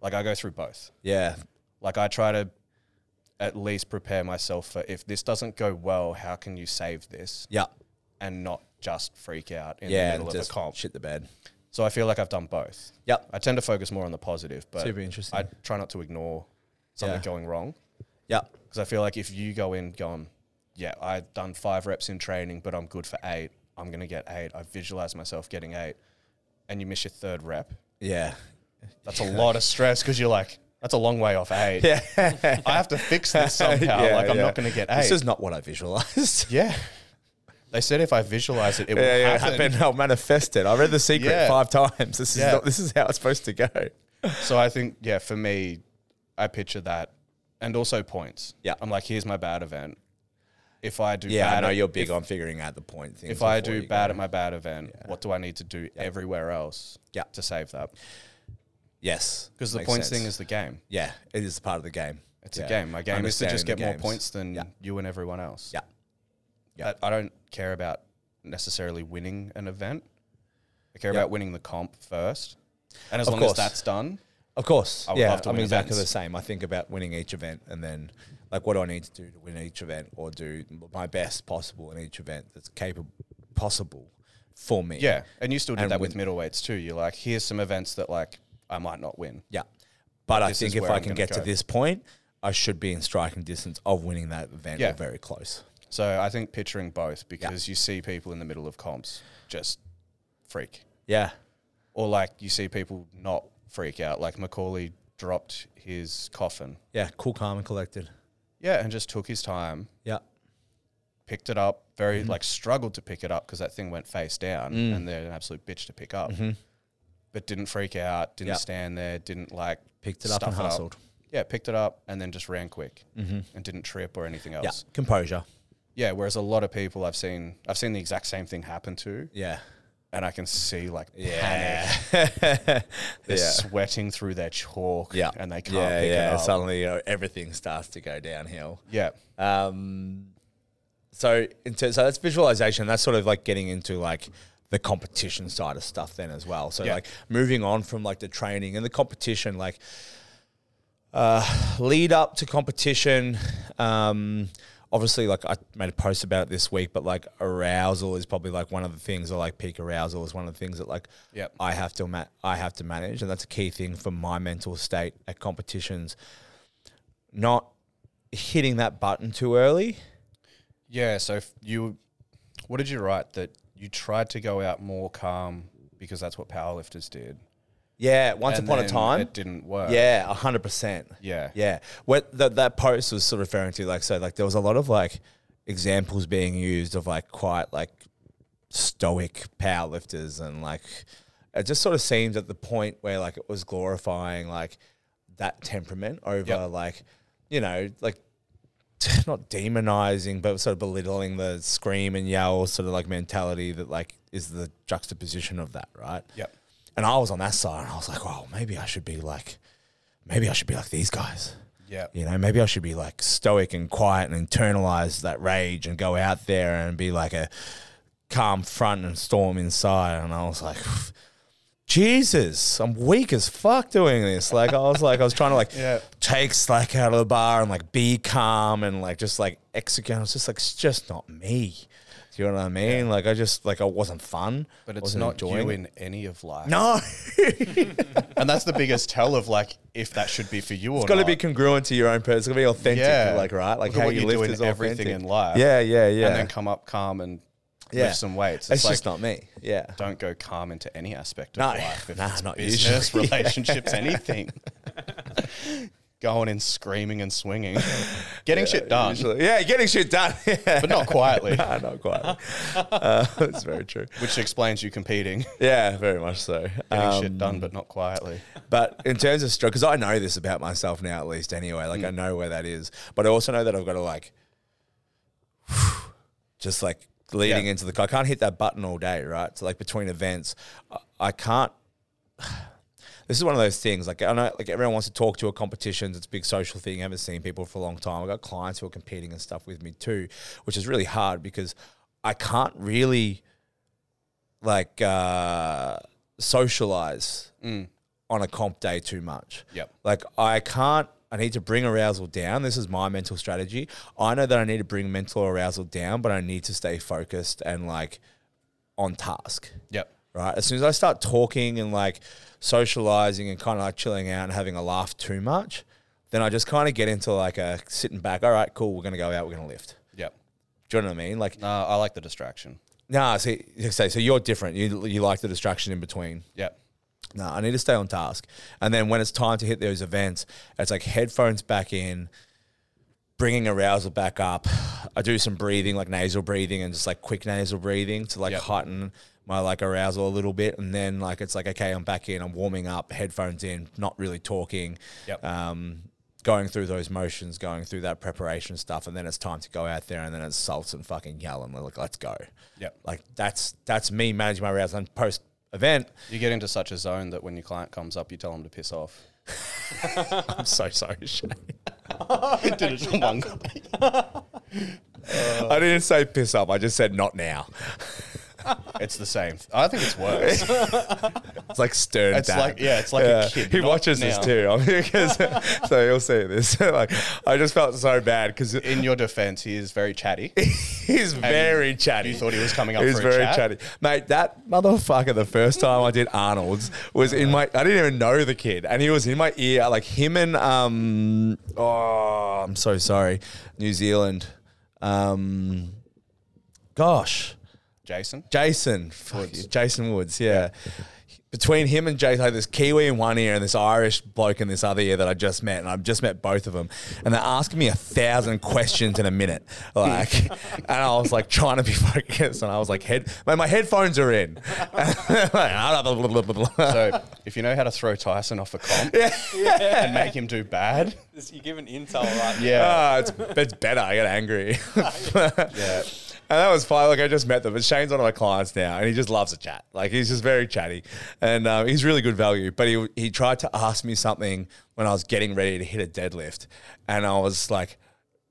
Like, I go through both. Yeah. Like, I try to at least prepare myself for if this doesn't go well, how can you save this Yeah. and not just freak out in Yeah. the and middle of just a comp? shit the bed. So I feel like I've done both. Yep. I tend to focus more on the positive, but Super interesting. I try not to ignore something Yeah. going wrong. Yeah. Because I feel like if you go in going, yeah, I've done five reps in training, but I'm good for eight. I'm going to get eight. I visualize myself getting eight. And you miss your third rep. Yeah. That's a lot of stress because you're like, that's a long way off eight. Yeah. I have to fix this somehow. Yeah, like, I'm yeah. not going to get eight. This is not what I visualized. yeah. They said if I visualize it, it will Yeah, yeah, happen. happen. I'll manifest it. I read the secret Yeah. five times. This is Yeah. not, this is how it's supposed to go. So I think, yeah, for me, I picture that, and also points. Yeah. I'm like, here's my bad event. If I do, Yeah, bad I know at- you're big on figuring out the point things. If I before do you bad go. at my bad event, what do I need to do everywhere else? Yeah. to save that yes, because the makes points sense. thing is the game. yeah, it is part of the game. It's a game. My game is to just get more points than Yeah. you and everyone else. Yeah, Yeah. That- I don't care about necessarily winning an event. I care Yeah. about winning the comp first, and as Of long course. as that's done, of course. I would yeah, love to I'm win exactly events. the same. I think about winning each event and then like what do I need to do to win each event or do my best possible in each event that's capable possible for me. Yeah, and you still did And that with middleweights too. You're like, here's some events that like I might not win. Yeah. But I This think is if where I I'm can gonna get to go. this point, I should be in striking distance of winning that event Yeah. or very close. So I think picturing both because you see people in the middle of comps just freak, Yeah. or like you see people not freak out. Like Macaulay dropped his coffin, Yeah. Cool, calm, and collected. yeah, and just took his time, Yeah. picked it up, very Mm-hmm. like struggled to pick it up because that thing went face down, Mm. and they're an absolute bitch to pick up. But didn't freak out, didn't Mm-hmm. Yeah. stand there, didn't like Picked it up and stuff hustled. Mm-hmm. Yeah, picked it up and then just ran quick and didn't trip or anything else. Yeah. Composure. Yeah, whereas a lot of people I've seen, I've seen the exact same thing happen to, Yeah. and I can see like panic. Yeah. They're yeah. sweating through their chalk, Yeah. and they can't yeah, pick yeah. it up. Suddenly you know, everything starts to go downhill. yeah, Um, so, in ter- so that's visualization. That's sort of like getting into like the competition side of stuff then as well. So Yeah. like moving on from like the training and the competition, like uh, lead up to competition. Um, obviously, like I made a post about it this week, but like arousal is probably like one of the things, or like peak arousal is one of the things that like Yep. I have to ma- I have to manage, and that's a key thing for my mental state at competitions. Not hitting that button too early. yeah. So if you, what did you write that you tried to go out more calm because that's what powerlifters did. Yeah, once and upon a then time. it didn't work. Yeah, a hundred percent. Yeah. yeah. What that that post was sort of referring to, like, so like there was a lot of like examples being used of like quite like stoic powerlifters, and like it just sort of seemed at the point where like it was glorifying like that temperament over Yep. like you know like not demonizing, but sort of belittling the scream and yell sort of like mentality that like is the juxtaposition of that, right? Yep. And I was on that side, and I was like, "Oh, maybe I should be like, maybe I should be like these guys. Yeah. You know, maybe I should be like stoic and quiet and internalize that rage and go out there and be like a calm front and storm inside." And I was like. Jesus, I'm weak as fuck doing this. Like I was like I was trying to like Yeah. take slack out of the bar and like be calm and like just like execute. I was just like it's just not me. Do you know what I mean? Like I just like I wasn't fun. But it's wasn't not enjoying you it. in any of life. No, And that's the biggest tell of like if that should be for you or it's got to not. be congruent to your own person. It's got to be authentic. Yeah. like right, like Look at how what you, you do lift in is everything authentic. in life. Yeah, yeah, yeah. and then come up calm and Yeah. lift some weights. it's like, just not me. Yeah, don't go calm into any aspect of No, life. If nah, it's not business, usually. relationships, anything. Going in screaming and swinging, getting shit done, Usually- yeah, getting shit done. but not quietly, Nah, not quite. uh, it's very true. which explains you competing. Yeah, very much so. Getting Um, shit done, but not quietly. But in terms of stroke, because I know this about myself now, at least anyway, like I Mm. know where that is. But I also know that I've got to like, just like leading Yeah. into the. I can't hit that button all day, right? So like between events, I, I can't. This is one of those things. Like I know, like everyone wants to talk to a competitions. It's a big social thing. I haven't seen people for a long time. I've got clients who are competing and stuff with me too, which is really hard because I can't really like uh, socialize on a comp day too much. Yep. Like I can't. I need to bring arousal down. This is my mental strategy. I know that I need to bring mental arousal down, but I need to stay focused and like on task. Yep. Right. As soon as I start talking and like socializing and kind of like chilling out and having a laugh too much, then I just kind of get into like a sitting back. All right, cool. We're gonna go out. We're gonna lift. Yep. Do you know what I mean? Like, No, I like the distraction. nah. See, so, so you're different. You you like the distraction in between. Yep. No, I need to stay on task. And then when it's time to hit those events, it's like headphones back in, bringing arousal back up. I do some breathing, like nasal breathing, and just like quick nasal breathing to like Yep. heighten my like arousal a little bit. And then like it's like okay, I'm back in. I'm warming up, headphones in, not really talking. Yep. Um, going through those motions, going through that preparation stuff, and then it's time to go out there, and then it's salts and fucking yelling. Like let's go. Yep. Like that's that's me managing my arousal and post event. You get into such a zone that when your client comes up, you tell them to piss off. I'm so sorry, Shane. Did it one go- I didn't say piss up. I just said not now. It's the same. I think it's worse. It's like stern. It's dad. like- yeah, it's like a kid, He not watches this now. too. I mean, 'cause- so he'll see this. like I just felt so bad because In your defense, he is very chatty. he's very chatty. You thought he was coming up He for was a very chat? chatty, mate. That motherfucker. The first time I did Arnold's was in my. I didn't even know the kid, and he was in my ear. Like him and um. Oh, I'm so sorry, New Zealand. Um, gosh. Jason? Jason fuck you, Jason Woods, yeah. Between him and Jason, like this Kiwi in one ear and this Irish bloke in this other ear that I just met, and I've just met both of them, and they're asking me a thousand questions in a minute, like, and I was like trying to be focused, and I was like, head, man, my headphones are in. So if you know how to throw Tyson off a comp and make him do bad, This- You're giving intel right now. yeah. Ah, it's, it's better. I get angry. yeah. And that was fine. Like I just met them, but Shane's one of my clients now, and he just loves a chat. Like he's just very chatty, and um, he's really good value. But he he tried to ask me something when I was getting ready to hit a deadlift, and I was like,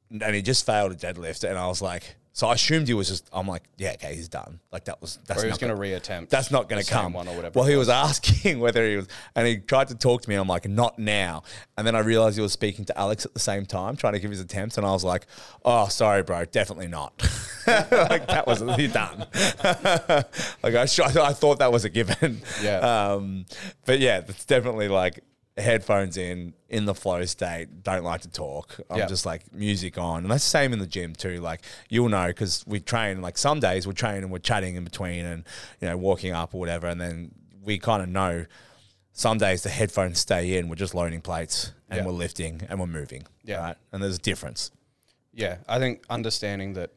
and he just failed a deadlift, and I was like, so I assumed he was just. I'm like, yeah, okay, he's done. Like that was that's Or he not was going to reattempt. that's not going the to same come. One or whatever. well, he was asking whether he was, and he tried to talk to me. I'm like, not now. And then I realized he was speaking to Alex at the same time, trying to give his attempts. And I was like, oh, sorry, bro, definitely not. like that was you're done. like I, sh- I thought that was a given. Yeah. Um, but yeah, it's definitely like headphones in, in the flow state. Don't like to talk. I'm Yeah. just like music on, and that's the same in the gym too. Like you'll know because we train. Like some days we're training and we're chatting in between, and you know walking up or whatever, and then we kind of know. Some days the headphones stay in. We're just loading plates and Yeah. we're lifting and we're moving. Yeah. and there's a difference. Yeah, I think understanding that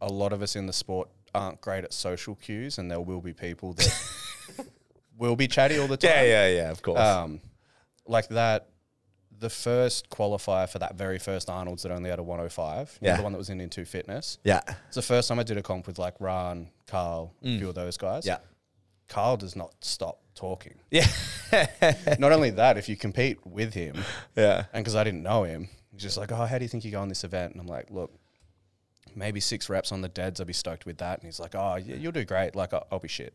a lot of us in the sport aren't great at social cues, and there will be people that will be chatty all the time. Yeah, yeah, yeah. Of course. Um, like that, the first qualifier for that very first Arnold's that only had a 105, you know, Yeah. the one that was in Into Fitness. yeah, It's the first time I did a comp with like Ran, Carl, a few of those guys. Mm. yeah, Carl does not stop talking. yeah, not only that, if you compete with him, yeah. and because I didn't know him, he's just like, "Oh, how do you think you go on this event?" And I'm like, "Look, maybe six reps on the deads. I'll be stoked with that." And he's like, "Oh, yeah, you'll do great. Like, I'll, I'll be shit."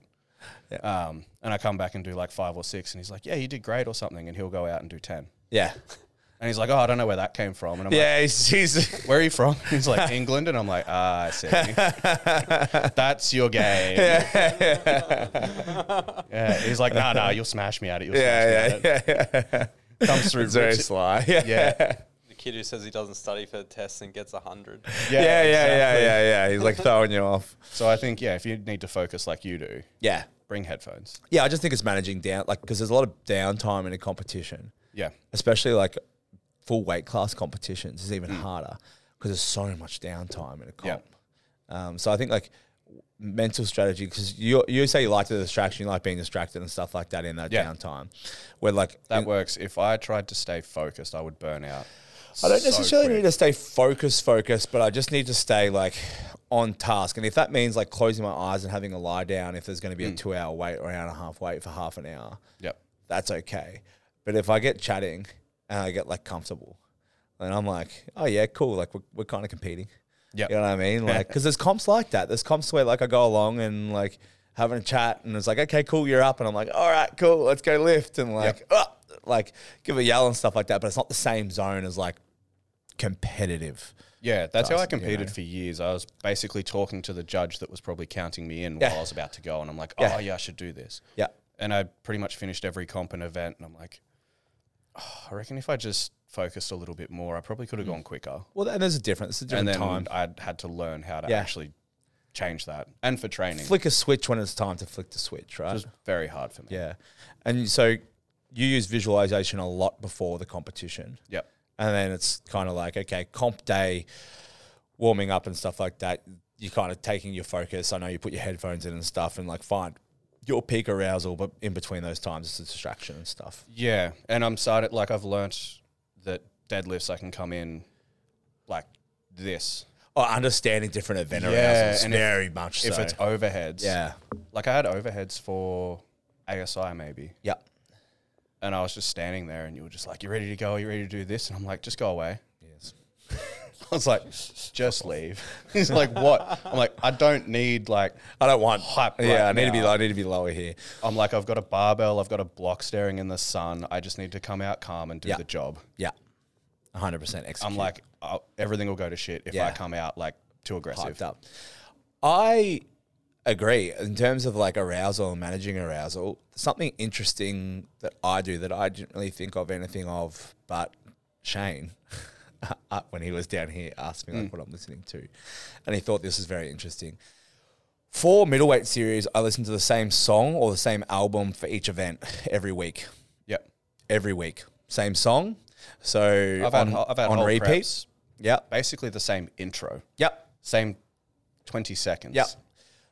Yeah. Um, and I come back and do like five or six, and he's like, "Yeah, you did great" or something, and he'll go out and do ten. Yeah. And he's like, "Oh, I don't know where that came from." And I'm Yeah, he's, he's like, "Where are you from?" And he's like, "England," and I'm like, "Ah, I see. That's your game." Yeah. He's like, "Nah, nah, you'll smash me at it. You'll yeah, smash yeah, me yeah, yeah. at it." Comes through. It's very rips it- sly. Yeah, yeah, Yeah. The kid who says he doesn't study for tests and gets a hundred. yeah, yeah, yeah, exactly. yeah, He's like throwing you off. So I think yeah, if you need to focus like you do, Yeah, bring headphones. yeah. I just think it's managing down, like, because there's a lot of downtime in a competition, Yeah, especially like full weight class competitions is even harder because there's so much downtime in a Yeah. comp. Um, so I think like w- mental strategy because you you say you like the distraction, you like being distracted and stuff like that in that Yeah. downtime, where like that in- works. If I tried to stay focused, I would burn out. I don't necessarily need to stay focused, focused, but I just need to stay like on task. And if that means like closing my eyes and having a lie down, if there's going to be a two hour wait or an hour and a half wait for half an hour, Yep. that's okay. But if I get chatting and I get like comfortable, and I'm like, oh yeah, cool, like we're, we're kind of competing. Yep. You know what I mean? Like, because there's comps like that. There's comps where like I go along and like having a chat, and it's like, okay, cool, you're up, and I'm like, all right, cool, let's go lift, and like, "Ah," like give a yell and stuff like that. But it's not the same zone as like competitive. Yeah, that's how I Tyson, you competed know. for years. I was basically talking to the judge that was probably counting me in Yeah. while I was about to go, and I'm like, "Oh Yeah. yeah, I should do this." Yeah, And I pretty much finished every comp and event, and I'm like, "Oh, I reckon if I just focused a little bit more, I probably could have gone quicker. Well, and there's a difference. It's a And different then time. I had to learn how to Yeah. actually change that. And for training, Flick a switch when it's time to flick the switch, right? it was very hard for me. yeah. And so you use visualization a lot before the competition. Yep. And then it's kind of like, okay, comp day, warming up and stuff like that. You're kind of taking your focus. I know you put your headphones in and stuff and like, fine, your peak arousal, but in between those times, it's a distraction and stuff. Yeah, and I'm started like I've learnt that deadlifts I can come in like this Oh, understanding different event Yeah, arousals. and if- very much if so. it's overheads. yeah. like I had overheads for ASI maybe, Yeah. and I was just standing there, and you were just like, "You ready to go? You ready to do this?" And I'm like, "Just go away." Yes. I was like, "Just leave." He's like, "What?" I'm like, "I don't need like." I don't want Hype right yeah, I need to be. now. I need to be lower here. I'm like, I've got a barbell, I've got a block staring in the sun. I just need to come out calm and do Yeah. the job. Yeah, hundred percent. Execute. I'm like, i everything will go to shit if I Yeah. come out like too aggressive. hyped up. I agree in terms of like arousal and managing arousal. Something interesting that I do that I didn't really think of anything of, but Shane, uh, when he was down here, asked me like Mm. what I'm listening to, and he thought this was very interesting. For middleweight series, I listen to the same song or the same album for each event every week. Yep. Every week, same song. So I've had, on, I've had on whole repeat. preps, Yep. basically the same intro, Yep. same 20 seconds. Yep.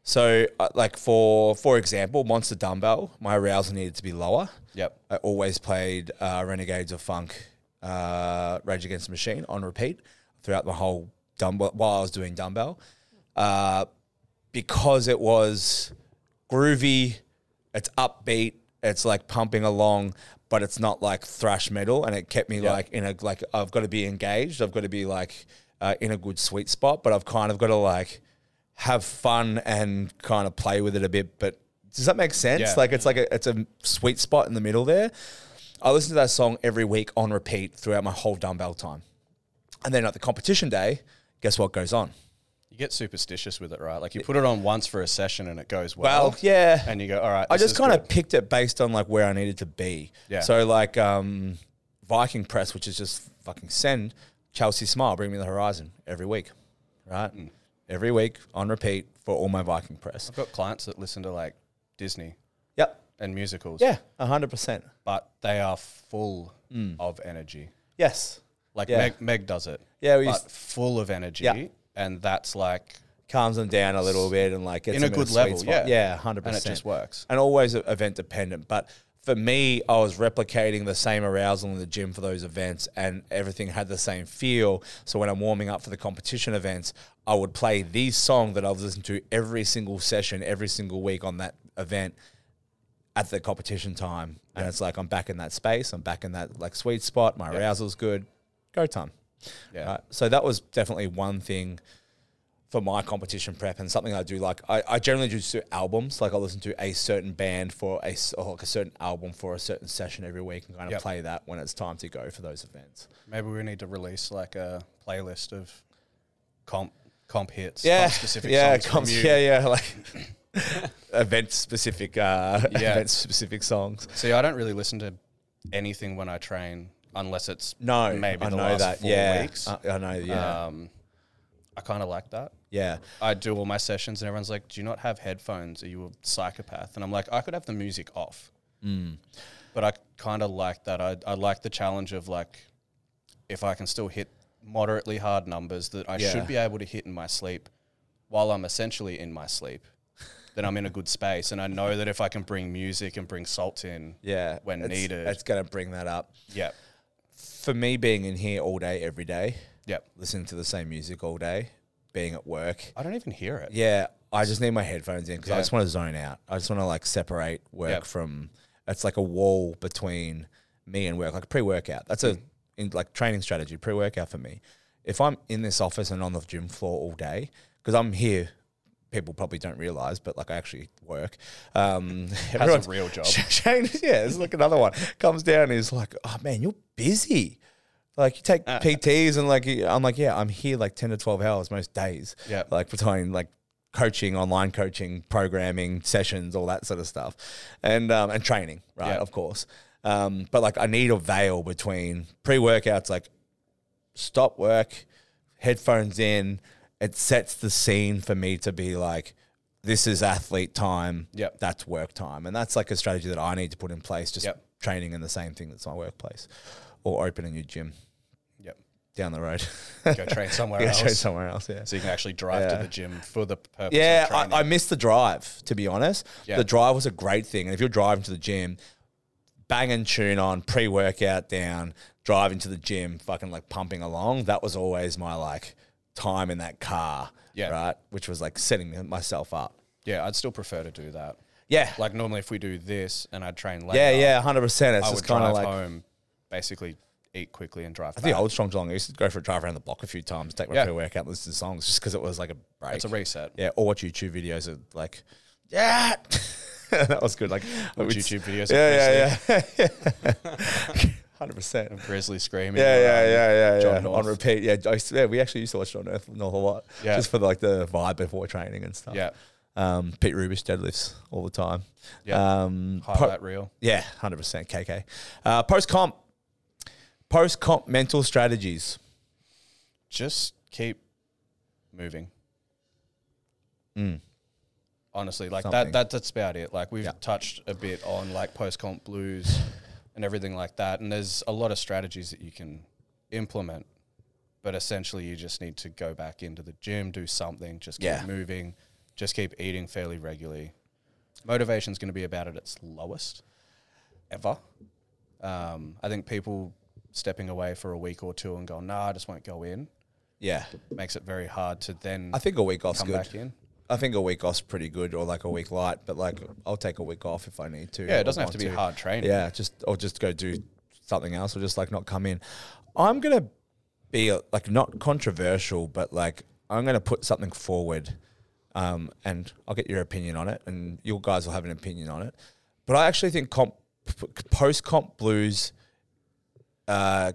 So, uh, like for for example, Monster Dumbbell, my arousal needed to be lower. Yep. I always played uh, Renegades of Funk, uh, Rage Against the Machine on repeat throughout the whole dumbbell while I was doing dumbbell, uh, because it was groovy, it's upbeat, it's like pumping along, but it's not like thrash metal, and it kept me like in a like I've got to be engaged, I've got to be like uh, in a good sweet spot, but I've kind of got to like have fun and kind of play with it a bit, but. Does that make sense? Yeah. Like like it's like a, it's a sweet spot in the middle there. I listen to that song every week on repeat throughout my whole dumbbell time. And then at the competition day, guess what goes on? You get superstitious with it, right? Like you put it on once for a session and it goes well. Well, yeah. And you go, all right. I this just is kind good." of picked it based on like where I needed to be. Yeah. So like um, Viking press, which is just fucking send Chelsea smile, bring me the horizon every week, right? Mm. Every week on repeat for all my Viking press. I've got clients that listen to like Disney Yep. and musicals. Yeah. hundred percent. But they are full of energy. Yes. Like Mm. Yeah. Meg, Meg does it. Yeah, we but used- full of energy. Yeah. And that's like, Calms them down a little bit and like gets In a them good sweet level, spot. yeah. Yeah. Hundred and percent. it just works. and always event dependent. But for me, I was replicating the same arousal in the gym for those events, and everything had the same feel. So when I'm warming up for the competition events, I would play the song that I was listening to every single session, every single week on that event at the competition time. And it's like I'm back in that space, I'm back in that like sweet spot. My arousal's good. Go time. Yeah. Right? So that was definitely one thing for my competition prep and something I do like I, I generally do s- albums like I listen to a certain band for a s- or like a certain album for a certain session every week and kind of Yep. play that when it's time to go for those events. Maybe we need to release like a playlist of comp comp hits, comp specific yeah, songs. comps- from you. yeah, yeah, like event specific uh Yeah. event specific songs. See, I don't really listen to anything when I train unless it's No, maybe I the know last that. four yeah. weeks. I, I know, yeah. Um, I kind of like that. yeah. I do all my sessions, and everyone's like, "Do you not have headphones? Are you a psychopath?" And I'm like, "I could have the music off." Mm. But I kind of like that. I I like the challenge of like, if I can still hit moderately hard numbers that I Yeah. should be able to hit in my sleep, while I'm essentially in my sleep, then I'm in a good space, and I know that if I can bring music and bring salt in, Yeah. when it's, needed, It's going to bring that up. yep, For me being in here all day every day, yep. listening to the same music all day, being at work, I don't even hear it. Yeah, I just need my headphones in because Yeah. I just want to zone out. I just want to like separate work Yep. from. It's like a wall between me and work, like pre-workout. That's a in, like training strategy. Pre-workout for me. If I'm in this office and on the gym floor all day, because I'm here, people probably don't realize, but like I actually work. Um, everyone's- real job. Shane, yeah, it's like another one comes down. and He's like, "Oh man, you're busy." Like you take Ah. PTs and like I'm like, yeah, I'm here like ten to twelve hours most days. Yeah. like between like coaching, online coaching, programming sessions, all that sort of stuff, and um, and training, right? Yeah. Of course. Um, but like I need a veil between pre workouts, like stop work, headphones in. It sets the scene for me to be like, this is athlete time. Yep. That's work time. And that's like a strategy that I need to put in place, just Yep. training in the same thing that's my workplace or open a new gym Yep. down the road. Go train somewhere yeah, else. train somewhere else. Yeah. so you can actually drive Yeah. to the gym for the purpose Yeah, of training. I, I missed the drive, to be honest. Yeah. The drive was a great thing. And if you're driving to the gym, bang and tune on, pre workout down, driving to the gym, fucking like pumping along. That was always my like time in that car. Yeah. Right. Which was like setting myself up. yeah, I'd still prefer to do that. Yeah. Like normally if we do this and I train later, yeah, yeah, 100%. It's I would just kind of like. drive home, basically eat quickly and drive I back. think old Strong Geelong I used to go for a drive around the block a few times, take my Yeah. pre workout, listen to songs, just because it was like a break. it's a reset. Yeah, or watch YouTube videos of like, yeah, that was good. Like Watch we'd- YouTube videos of Yeah, yeah, yeah, hundred percent. Grizzly screaming. Yeah, yeah, around. yeah, yeah, John yeah. North. On repeat. Yeah, I used to- yeah, we actually used to watch John North, North a lot, Yeah. just for like the vibe before training and stuff. Yeah. Um, Pete Rubish deadlifts all the time. Yeah. Um, po- Highlight reel. yeah, hundred percent. KK. Uh, post comp. Post comp mental strategies. Just keep moving. Honestly, like Mm. Something. that, that that's about it. Like we've Yeah. touched a bit on like post comp blues and everything like that. And there's a lot of strategies that you can implement. But essentially you just need to go back into the gym, do something, just keep Yeah. moving, just keep eating fairly regularly. Motivation's gonna be about at its lowest ever. Um, I think people stepping away for a week or two and going, nah, I just won't go in, Yeah, makes it very hard to then I think a week off's come good. back in. I think a week off's pretty good, or like a week light. But like, I'll take a week off if I need to. Yeah, or it doesn't have want to be hard training. Yeah, just or just go do something else, or just like not come in. I'm gonna be like not controversial, but like I'm gonna put something forward, um, and I'll get your opinion on it, and you guys will have an opinion on it. But I actually think comp, post comp blues uh,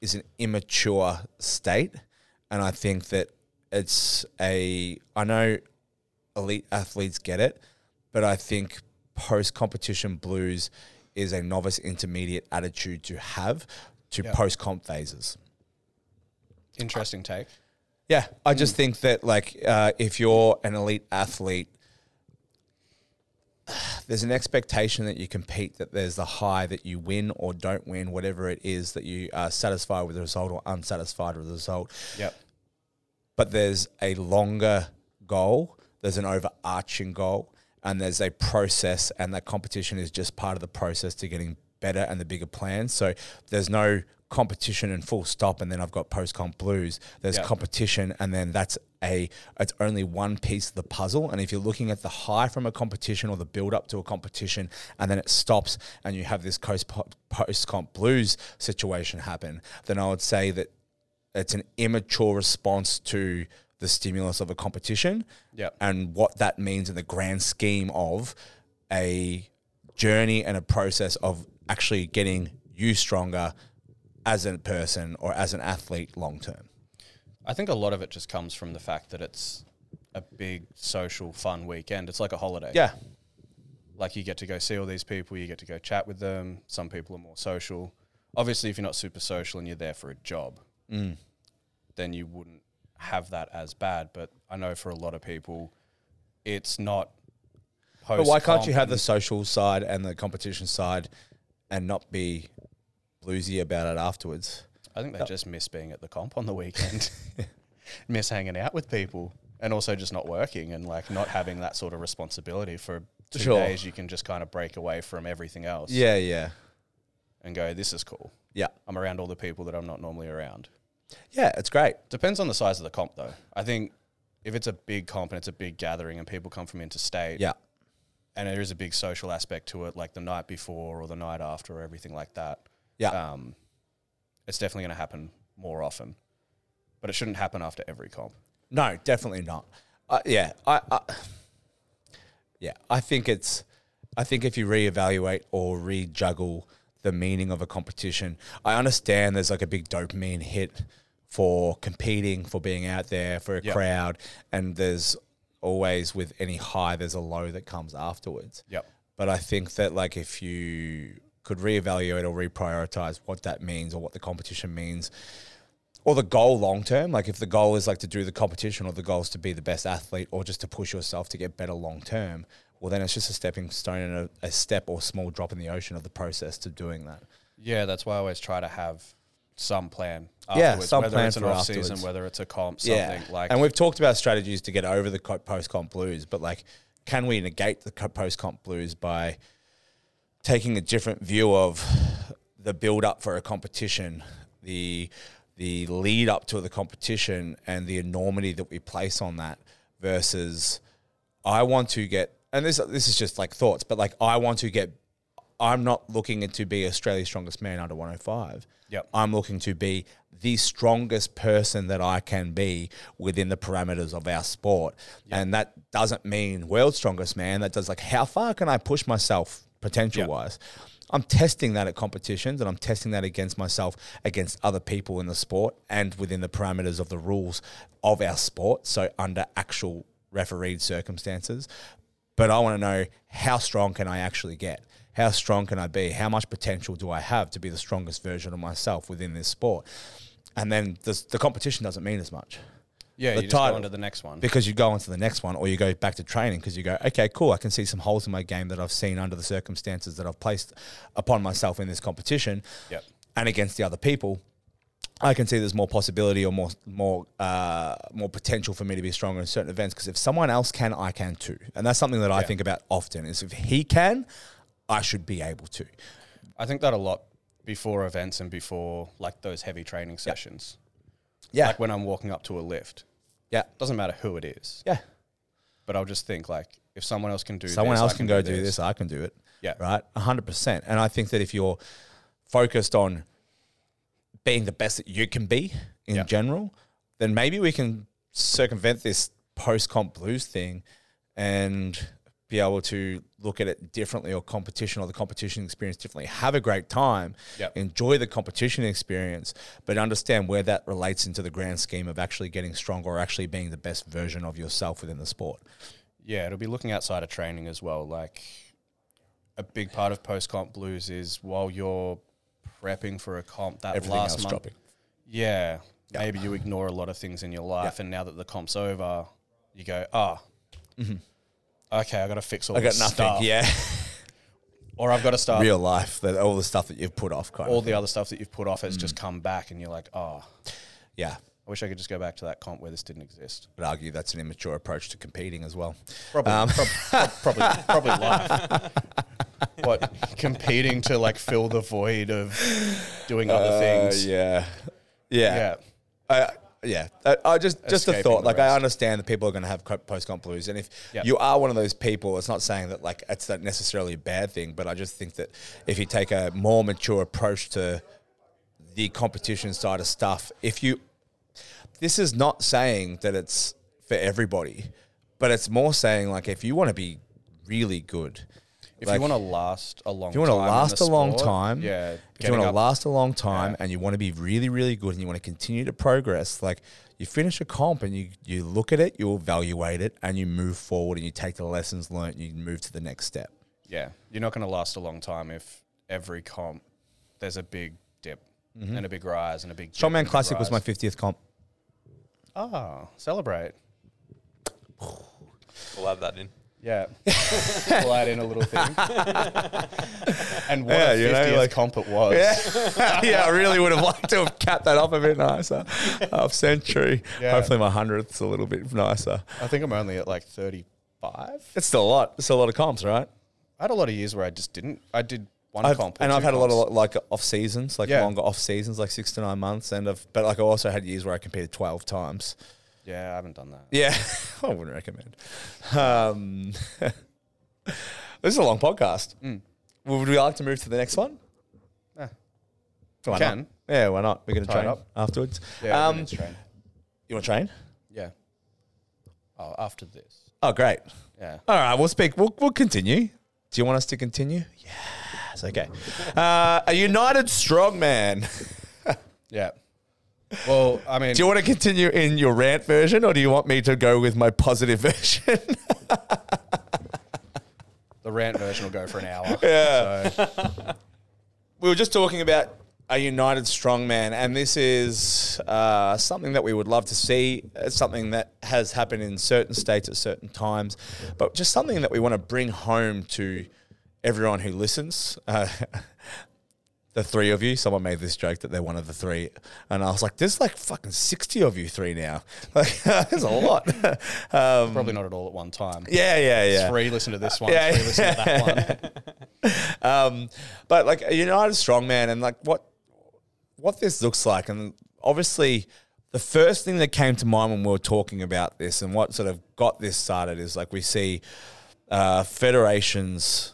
is an immature state, and I think that it's a. I know elite athletes get it, but I think post competition blues is a novice intermediate attitude to have to Yeah. post comp phases. Interesting take. Yeah, I just think that like uh, if you're an elite athlete, there's an expectation that you compete, that there's the high that you win or don't win, whatever it is that you are satisfied with the result or unsatisfied with the result. Yep. But there's a longer goal, there's an overarching goal, and there's a process, and that competition is just part of the process to getting better and the bigger plan. So there's no competition and full stop, and then I've got post comp blues. There's Yeah. competition, and then that's a it's only one piece of the puzzle. And if you're looking at the high from a competition or the build up to a competition, and then it stops, and you have this post comp blues situation happen, then I would say that it's an immature response to the stimulus of a competition Yep. and what that means in the grand scheme of a journey and a process of actually getting you stronger as a person or as an athlete long term. I think a lot of it just comes from the fact that it's a big social fun weekend. It's like a holiday. Yeah. Like you get to go see all these people, you get to go chat with them. Some people are more social. Obviously, if you're not super social and you're there for a job, Mm. then you wouldn't have that as bad. But I know for a lot of people, it's not. But why can't you have the social side and the competition side and not be bluesy about it afterwards? I think they Oh. just miss being at the comp on the weekend, miss hanging out with people, and also just not working and like not having that sort of responsibility for two Sure. days. You can just kind of break away from everything else Yeah, yeah. and go, "This is cool. Yeah. I'm around all the people that I'm not normally around." Yeah, it's great. Depends on the size of the comp, though. I think if it's a big comp and it's a big gathering and people come from interstate, Yeah. and there is a big social aspect to it, like the night before or the night after or everything like that. Yeah. um, it's definitely going to happen more often, but it shouldn't happen after every comp. No, definitely not. Uh, yeah, I, I, yeah, I think it's, I think if you reevaluate or rejuggle the meaning of a competition, I understand there's like a big dopamine hit for competing, for being out there, for a Yep. crowd, and there's always with any high, there's a low that comes afterwards. Yep. But I think that like if you could reevaluate or reprioritize what that means or what the competition means or the goal long term. Like if the goal is like to do the competition or the goal is to be the best athlete or just to push yourself to get better long term, well, then it's just a stepping stone and a, a step or small drop in the ocean of the process to doing that. Yeah, that's why I always try to have some plan. Yeah, Afterwards, some whether plan it's an for off season, afterwards. whether it's a comp, something like. and we've talked about strategies to get over the post comp blues, but like, can we negate the post comp blues by taking a different view of the build up for a competition, the the lead up to the competition, and the enormity that we place on that versus I want to get and this this is just like thoughts, but like I want to get I'm not looking to be Australia's strongest man under 105. Yep. I'm looking to be the strongest person that I can be within the parameters of our sport. And that doesn't mean world strongest man. That does like how far can I push myself potential wise? I'm testing that at competitions and I'm testing that against myself, against other people in the sport and within the parameters of the rules of our sport. So under actual refereed circumstances but I want to know how strong can I actually get? How strong can I be? How much potential do I have to be the strongest version of myself within this sport? And then the, the competition doesn't mean as much yeah, the you just go title. on to the next one. because you go on to the next one or you go back to training because you go, okay, cool, I can see some holes in my game that I've seen under the circumstances that I've placed upon myself in this competition Yep. and against the other people. I can see there's more possibility or more more uh, more potential for me to be stronger in certain events because if someone else can, I can too, and that's something that I think about often. Is if he can, I should be able to. I think that a lot before events and before like those heavy training sessions. Yeah, Like when I'm walking up to a lift, yeah, doesn't matter who it is, yeah. but I'll just think like if someone else can do someone this, I else can, go do this. I can do it. Yeah. Right? 100%. And I think that if you're focused on being the best that you can be in Yeah. general, then maybe we can circumvent this post comp blues thing and be able to look at it differently or competition or the competition experience differently. Have a great time, Yeah. enjoy the competition experience, but understand where that relates into the grand scheme of actually getting stronger or actually being the best version of yourself within the sport. Yeah, it'll be looking outside of training as well. Like a big part of post comp blues is while you're prepping for a comp that Everything last else month. dropping. Yeah, maybe you ignore a lot of things in your life, and now that the comp's over, you go, ah, okay, I got to fix all. Mm-hmm. I got this nothing. stuff," Yeah. or I've got to start. real life that all the stuff that you've put off kind Uh, All of the other stuff that you've put off has just Mm. come back, and you're like, oh, yeah I wish I could just go back to that comp where this didn't exist. i'd argue that's an immature approach to competing as well Probably, prob- prob- probably, probably life. what competing to like fill the void of doing other things? Uh, yeah yeah yeah. I- yeah I, I just just a Escaping thought the like i rest. understand that people are going to have post comp blues and if Yep. you are one of those people it's not saying that like it's not necessarily a bad thing but i just think that if you take a more mature approach to the competition side of stuff if you this is not saying that it's for everybody but it's more saying like if you want to be really good If like- you want to last a long, If you want to time in the last a long sport, time, yeah. If you want getting to up- last a long time Yeah. and you want to be really, really good and you want to continue to progress, like you finish a comp and you you look at it, you evaluate it, and you move forward and you take the lessons learned, and you move to the next step. yeah, you're not going to last a long time if every comp there's a big dip and a big rise and a big. dip and a Strongman big Mm-hmm. Classic was my rise. fiftieth comp. oh celebrate. We'll add that in. Yeah, we'll add in a little thing. and what Yeah, a you know, 50th like- comp it was. yeah, I really would have liked to have capped that up a bit nicer. Half century. Yeah. Hopefully, my hundredth's a little bit nicer. I think I'm only at like 35. It's still a lot. It's still a lot of comps, right? I had a lot of years where I just didn't. I did one I've- comp, or and I've two had a comps. lot of like off seasons, like Yeah. longer off seasons, like six to nine months, and I've but like I also had years where I competed twelve times. Yeah, I haven't done that. Yeah, I wouldn't recommend. Um, this is a long podcast. Hmm. Would we like to move to the next one? Eh. Why not? Can. Yeah, why not? We're going to Tie it train up. afterwards. Yeah, um, um, train. you want to train? Yeah. Oh, after this. Oh, great. Yeah. All right, we'll speak. We'll, we'll continue. Do you want us to continue? Yes. Okay. Uh, a united strongman. Yeah. Well, I mean, Do you want to continue in your rant version, or do you want me to go with my positive version? the rant version will go for an hour. Yeah. So we were just talking about a united strongman, and this is uh, something that we would love to see. It's something that has happened in certain states at certain times, but just something that we want to bring home to everyone who listens. Uh, the three of you. Someone made this joke that they're one of the three, and I was like, "There's like fucking sixty of you three now. Like, there's a lot." um, Probably not at all at one time. yeah, yeah, yeah. Three listen to this one, Yeah. three listen to that one. um, but like a United Strongman and like what what this looks like, and obviously the first thing that came to mind when we were talking about this and what sort of got this started is like we see uh, federations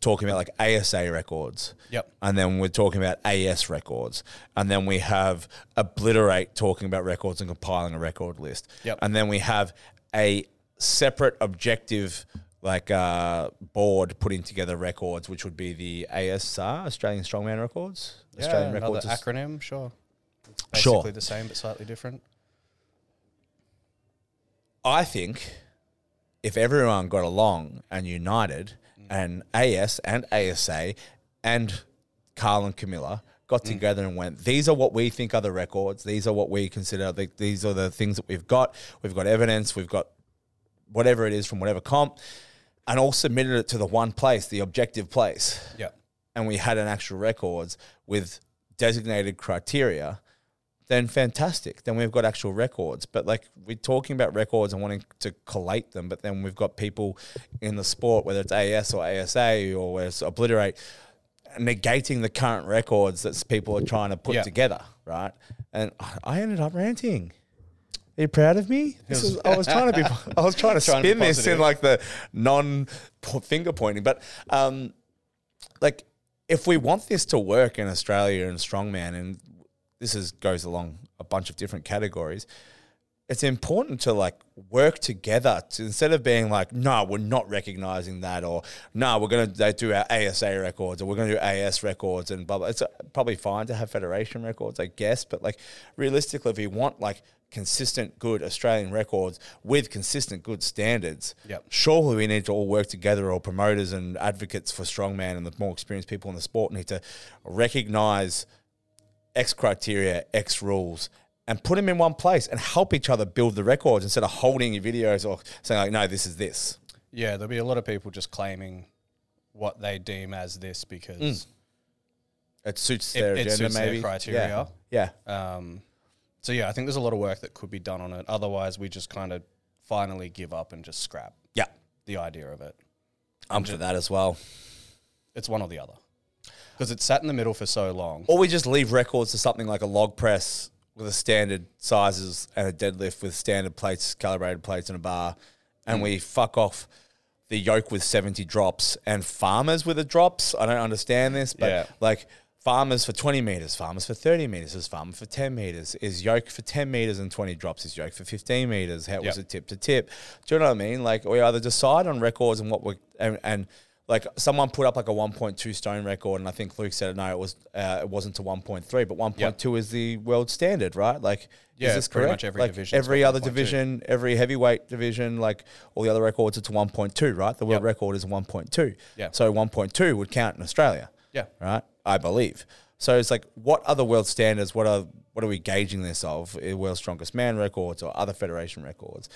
talking about like ASA records. Yep. And then we're talking about AS records. And then we have Obliterate talking about records and compiling a record list. Yep. And then we have a separate objective like uh, board putting together records, which would be the ASR, Australian Strongman Records. Australian Australian Records. records. As- acronym, sure. It's Sure. basically the same but slightly different. I think if everyone got along and united, and AS and ASA and Carl and Camilla got together and went, these are what we think are the records. These are what we consider. The, these are the things that we've got. We've got evidence. We've got whatever it is from whatever comp, and all submitted it to the one place, the objective place Yeah. and we had an actual records with designated criteria, then fantastic. Then we've got actual records. But like we're talking about records and wanting to collate them, but then we've got people in the sport, whether it's AS or ASA or whether it's obliterate, negating the current records that people are trying to put Yeah. together, right? And I- I ended up ranting. Are you proud of me? This is, I was trying to be. I was trying to Trying to be spin this in positive. like the non po- finger pointing, but um, like if we want this to work in Australia and strongman, and this is goes along a bunch of different categories, it's important to like work together to, instead of being like, no, we're not recognizing that, or no, we're gonna they do our ASA records, or we're gonna do AS records, and blah blah. It's uh, probably fine to have federation records, I guess, but like realistically, if we want like consistent good Australian records with consistent good standards, Yep. surely we need to all work together, or promoters and advocates for strongman and the more experienced people in the sport need to recognize X criteria, X rules, and put them in one place and help each other build the records instead of holding your videos or saying like, no, this is this. Yeah, there'll be a lot of people just claiming what they deem as this because Mm. It suits It- their it agenda, suits their maybe. criteria. Yeah. yeah. Um, so yeah, I think there's a lot of work that could be done on it. Otherwise, we just kind of finally give up and just scrap Yeah. the idea of it. I'm for that as well. It's one or the other because it's sat in the middle for so long. Or we just leave records to something like a log press with a standard sizes and a deadlift with standard plates, calibrated plates, and a bar, and we fuck off the yoke with 70 drops and farmers with the drops. I don't understand this, but Yeah. like farmers for 20 meters, farmers for 30 meters, is farmer for 10 meters, is yoke for 10 meters and 20 drops, is yoke for 15 meters. How was Yep. it tip to tip? Do you know what I mean? Like we either decide on records and what we and, and like someone put up like a 1.2 stone record, and I think Luke said no, it was uh, it wasn't to 1.3, but 1.2 is the world standard, right? Like Yeah, is this pretty correct? much every like, division's every got other 1.2. division, every heavyweight division, like all the other records, it's 1.2, right? The world Yep. record is 1.2. Yeah. So 1.2 would count in Australia. Yeah. Right. I believe. So it's like, what other world standards? What are what are we gauging this of? Eh, World's strongest man records or other federation records,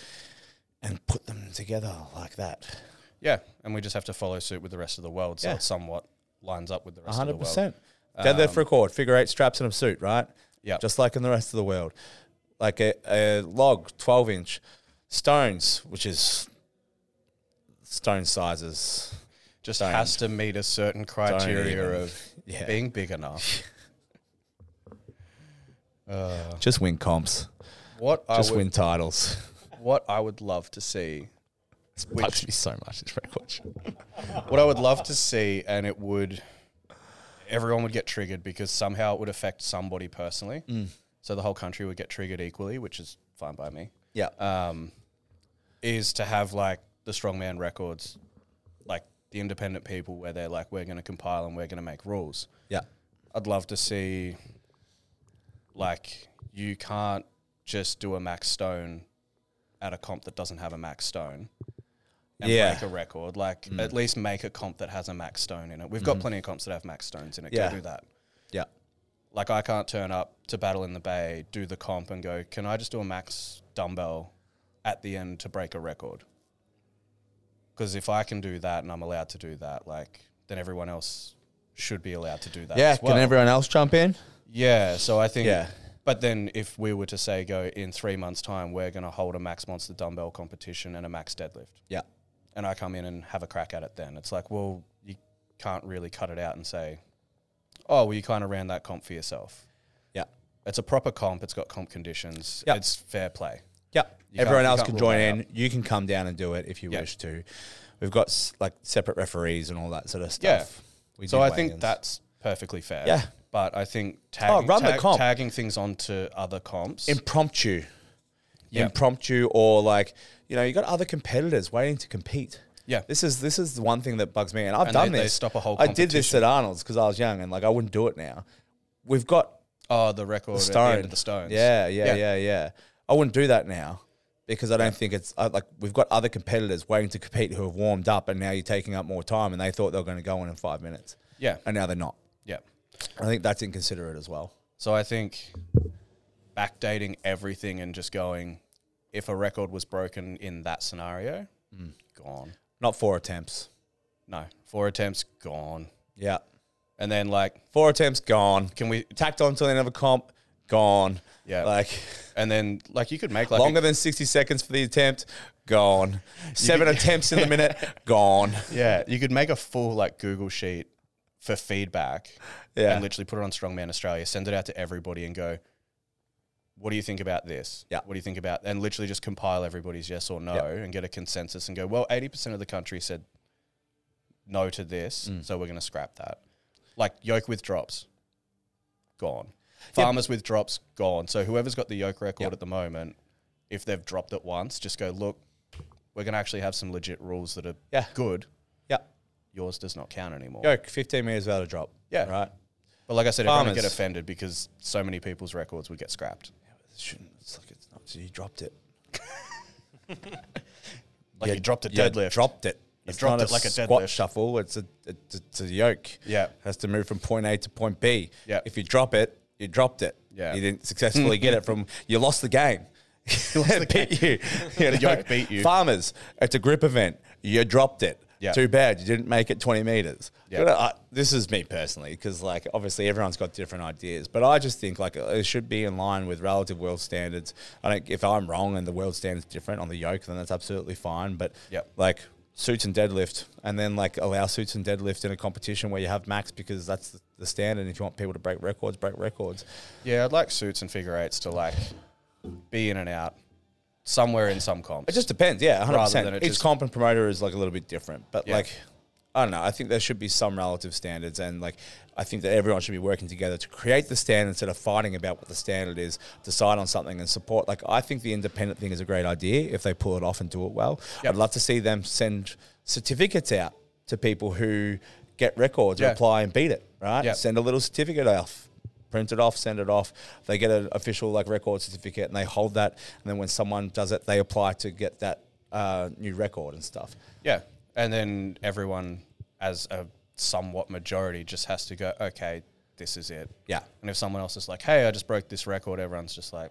and put them together like that. Yeah, and we just have to follow suit with the rest of the world, so Yeah. it somewhat lines up with the rest of the hundred world. percent. Um, Deadlift record, figure eight straps and a suit, right? Yep. Just like in the rest of the world. Like a, a log, twelve inch, stones, which is stone sizes. just Don't. has to meet a certain criteria even. of Yeah. being big enough. Uh, Just win comps. what I Just would, win titles. what I would love to see, It's bugs me so much this record. what I would love to see, and it would, everyone would get triggered because somehow it would affect somebody personally. So the whole country would get triggered equally, which is fine by me. Yeah. um, is to have like the strongman records, like the independent people, where they're like, we're going to compile and we're going to make rules. yeah. I'd love to see, like, you can't just do a max stone at a comp that doesn't have a max stone. and Yeah. Mm. break a record. Like at least make a comp that has a max stone in it. We've got plenty of comps that have max stones in it. Mm-hmm. Yeah. Go do that. Yeah. Like I can't turn up to battle in the bay, do the comp, and go. Can I just do a max dumbbell at the end to break a record? Because if I can do that and I'm allowed to do that, like then everyone else should be allowed to do that. Yeah. as well. Can everyone else jump in? Yeah, so I think. Yeah. But then, if we were to say, go in three months' time, we're going to hold a max monster dumbbell competition and a max deadlift, Yeah. and I come in and have a crack at it, then it's like, well, you can't really cut it out and say, oh, well, you kind of ran that comp for yourself. Yeah. It's a proper comp. It's got comp conditions. Yeah. It's fair play. Yeah. You Everyone can't- you else can't can rule join in. that You can come down and do it if you Yeah. wish to. We've got s- like separate referees and all that sort of Yeah. stuff. We so do I think weigh-ins. that's perfectly fair. Yeah. Oh, But I think tagging, run the tag- comp. tagging things onto other comps. impromptu. Yeah. Impromptu or like, you know, you got other competitors waiting to compete. Yeah. This is this is the one thing that bugs me. And I've And done they- this. they stop a whole I did this at Arnold's because I was young and like I wouldn't do it now. We've got oh, the record at the stone. end of the stones. Yeah, yeah, yeah, yeah, I wouldn't do that now because I don't think it's I, like we've got other competitors waiting to compete who have warmed up and now you're taking up more time and they thought they were going to go on in five minutes. Yeah. And now they're not. Yeah. I think that's inconsiderate as well. So I think backdating everything and just going, if a record was broken in that scenario, gone. Not four attempts. No, four attempts, gone. Yeah. And then like, Four attempts gone. can we? Tacked on to the end of a comp, gone. Yeah. Like And then like, you could make like a- longer than 60 seconds for the attempt, gone. Seven attempts in the minute, gone. yeah, you could make a full like Google sheet for feedback. Yeah. And literally put it on Strongman Australia, send it out to everybody, and go. What do you think about this? Yeah. What do you think about? And literally just compile everybody's yes or no, Yeah. and get a consensus, and go. Well, eighty percent of the country said no to this, Mm. so we're going to scrap that. Like yoke with drops, gone. Yeah. Farmers with drops, gone. So whoever's got the yoke record Yep. at the moment, if they've dropped it once, just go look. We're going to actually have some legit rules that are Yeah. good. Yeah. Yours does not count anymore. Yoke, 15 meters without a drop. Yeah. Right. But like I said, everyone would Farmers. get offended because so many people's records would get scrapped. Shouldn't, it's like it's not, so you dropped it. Like you dropped a Yeah, deadlift. dropped it. You dropped it like a squat deadlift. shuffle. It's a it's, it's a yoke. Yeah. has to move from point A to point B. Yeah. if you drop it, you dropped it. Yeah. you didn't successfully get it from. You lost the game. You lost the beat you. you know? yoke beat you. Farmers, it's a grip event. You dropped it. Yeah. Too bad you didn't make it 20 meters. Yeah. You know, I- this is me personally because like obviously everyone's got different ideas, but I just think like it should be in line with relative world standards. I think if I'm wrong and the world standards different on the yoke, then that's absolutely fine. But Yep. like suits and deadlift, and then like allow suits and deadlift in a competition where you have max because that's the, the standard. If you want people to break records, break records. Yeah, I'd like suits and figure eights to like be in and out somewhere in some comps. It just depends, yeah, hundred Rather than percent. it Each just- comp and promoter is like a little bit different, but Yeah. like I don't know. I think there should be some relative standards, and like I think that everyone should be working together to create the standard instead of fighting about what the standard is, decide on something, and support. Like I think the independent thing is a great idea if they pull it off and do it well. Yep. I'd love to see them send certificates out to people who get records, Yeah. and apply and beat it. Right, Yep. send a little certificate off. Print it off, send it off. They get an official like record certificate, and they hold that. And then when someone does it, they apply to get that uh, new record and stuff. yeah. And then everyone as a somewhat majority just has to go, okay, this is it. Yeah. And if someone else is like, hey, I just broke this record, everyone's just like,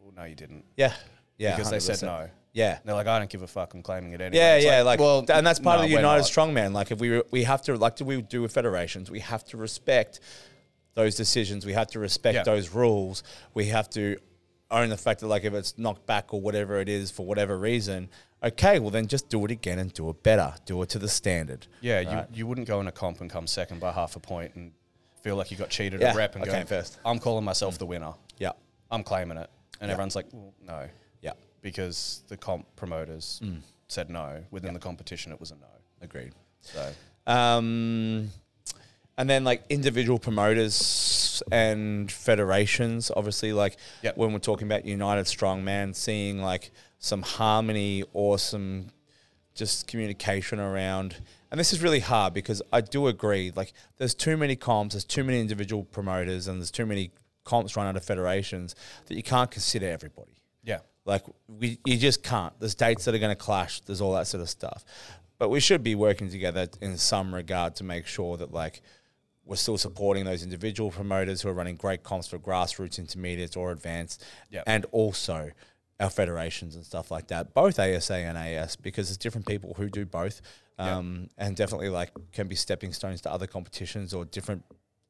well, no, you didn't. Yeah. Yeah. Because they said 100%. no. Yeah. And they're like, I don't give a fuck. I'm claiming it anyway. Yeah, It's yeah, like, well, and that's part no, of the we're United not. Strongman. Like, if we we have to, like, do we do with federations? We have to respect those decisions. We have to respect Yeah. those rules. We have to own the fact that, like, if it's knocked back or whatever it is for whatever reason, okay, well then just do it again and do it better. Do it to the standard. Yeah, you, you wouldn't go in a comp and come second by half a point and feel like you got cheated Yeah, at rep and I go came first. I'm calling myself the winner. Yeah, I'm claiming it. And everyone's like, well, no, yeah, Mm. because the comp promoters said no. Within the competition, it was a no. agreed. So, Um, and then like individual promoters and federations, obviously, like Yep. when we're talking about United Strongman, seeing like some harmony or some just communication around. And this is really hard because I do agree. Like, there's too many comps, there's too many individual promoters, and there's too many comps run out of federations that you can't consider everybody yeah. Like we, you just can't. There's dates that are going to clash. There's all that sort of stuff. But we should be working together in some regard to make sure that like we're still supporting those individual promoters who are running great comps for grassroots, intermediates, or advanced, Yep. and also our federations and stuff like that, both ASA and AS, because there's different people who do both, um, and definitely like can be stepping stones to other competitions or different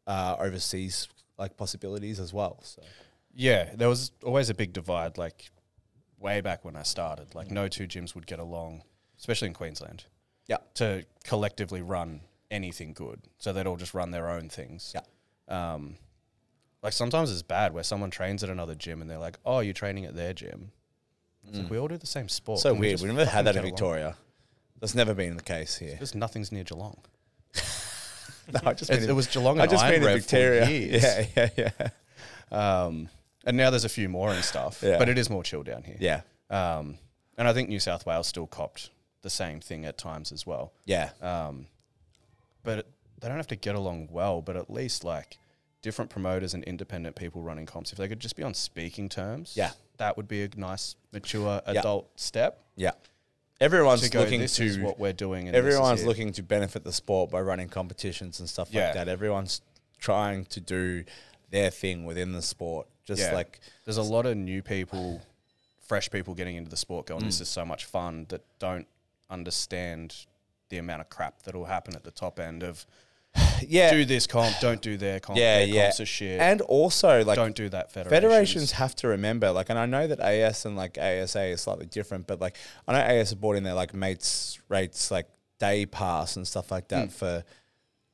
uh, overseas like possibilities as well. So Yeah, there was always a big divide, like way back when I started. Mm. Like, no two gyms would get along, especially in Queensland, yeah, to collectively run anything good. So they'd all just run their own things. yeah, Um, like, sometimes it's bad where someone trains at another gym and they're like, oh, you're training at their gym. It's like, we all do the same sport. Mm. so Can weird. just We never fucking had that in get along? Victoria. That's never been the case here. Just nothing's near Geelong. No, I just It, been it in- was Geelong and I just Iron been in Rev for Victoria. years. Yeah, yeah, yeah, Um, and now there's a few more and stuff, Yeah. but it is more chill down here. yeah, Um, and I think New South Wales still copped the same thing at times as well. yeah. Um, but it, they don't have to get along well, but at least like different promoters and independent people running comps, if they could just be on speaking terms, Yeah. that would be a nice, mature adult step. Yeah. Everyone's To go, looking this to is what we're doing. And this is everyone's it." looking to benefit the sport by running competitions and stuff Yeah. like that. Everyone's trying to do their thing within the sport. Just Yeah. like there's a lot of new people, fresh people getting into the sport, going, Mm. "This is so much fun." That don't understand the amount of crap that'll happen at the top end of yeah, do this comp, don't do their comp, yeah, their yeah. comps are shit, And also like don't do that. Federations, Federations have to remember, like, and I know that AS and like ASA is slightly different, but like, I know AS are brought in their like mates rates, like day pass and stuff like that. For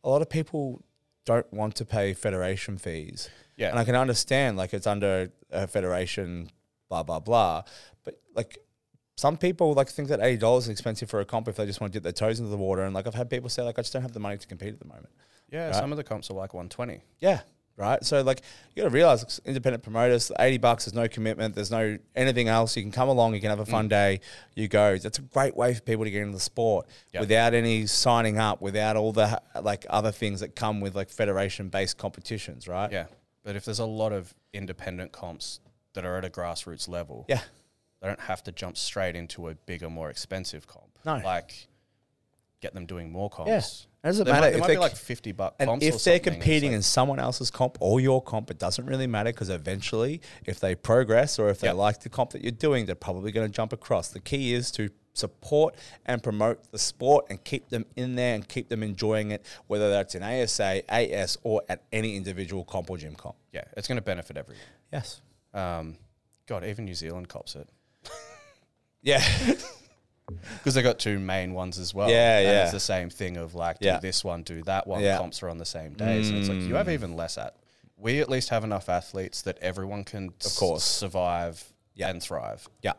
a lot of people, don't want to pay federation fees. Yeah. and I can understand like it's under a federation, blah blah blah, but like. Some people like think that eighty dollars is expensive for a comp if they just want to dip their toes into the water, and like I've had people say like I just don't have the money to compete at the moment. yeah, some of the comps are like 120. Yeah. Right. So like you gotta realize it's independent promoters, eighty bucks, there's no commitment, there's no anything else. You can come along, you can have a fun day, you go. That's a great way for people to get into the sport Yep. without any signing up, without all the ha- like other things that come with like federation based competitions, right? Yeah, but if there's a lot of independent comps that are at a grassroots level, Yeah. they don't have to jump straight into a bigger, more expensive comp. No. like get them doing more comps. Yeah. It doesn't There might- matter there if might they be c- like 50 buck And comps or if they're something, it's competing like- in someone else's comp or your comp, it doesn't really matter because eventually, if they progress or if they Yep. like the comp that you're doing, they're probably going to jump across. The key is to support and promote the sport and keep them in there and keep them enjoying it, whether that's in ASA, AS, or at any individual comp or gym comp. yeah, it's going to benefit everyone. Yes. Um, God, even New Zealand cops it Yeah. because they got two main ones as well. Yeah, and yeah. It's the same thing of like do Yeah. this one, do that one. Yeah. Mm. Comps are on the same days, and it's like you have even less at. We at least have enough athletes that everyone can of course. survive and thrive. yeah.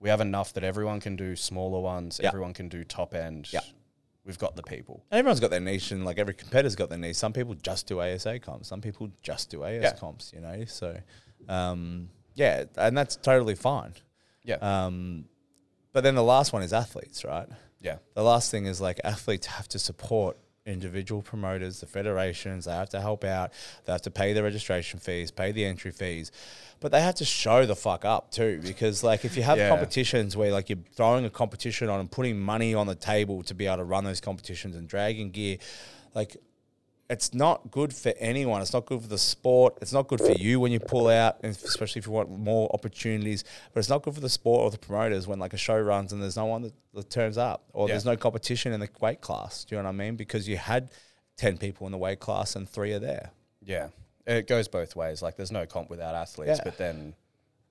We have enough that everyone can do smaller ones. Yeah. Everyone can do top end. Yeah. We've got the people. And everyone's got their niche, and like every competitor's got their niche. Some people just do ASA comps, some people just do AS Yeah. comps, you know? So, um, yeah, and that's totally fine. Yeah, Um, but then the last one is athletes, right? yeah, The last thing is like athletes have to support individual promoters, the federations. They have to help out. They have to pay the registration fees, pay the entry fees, but they have to show the fuck up too. Because like if you have Yeah. competitions where like you're throwing a competition on and putting money on the table to be able to run those competitions and dragging gear, like it's not good for anyone. It's not good for the sport. It's not good for you when you pull out, and especially if you want more opportunities. But it's not good for the sport or the promoters when like a show runs and there's no one that, that turns up, or there's Yeah. no competition in the weight class. Do you know what I mean? Because you had ten people in the weight class and three are there. yeah. It goes both ways. Like there's no comp without athletes, Yeah. but then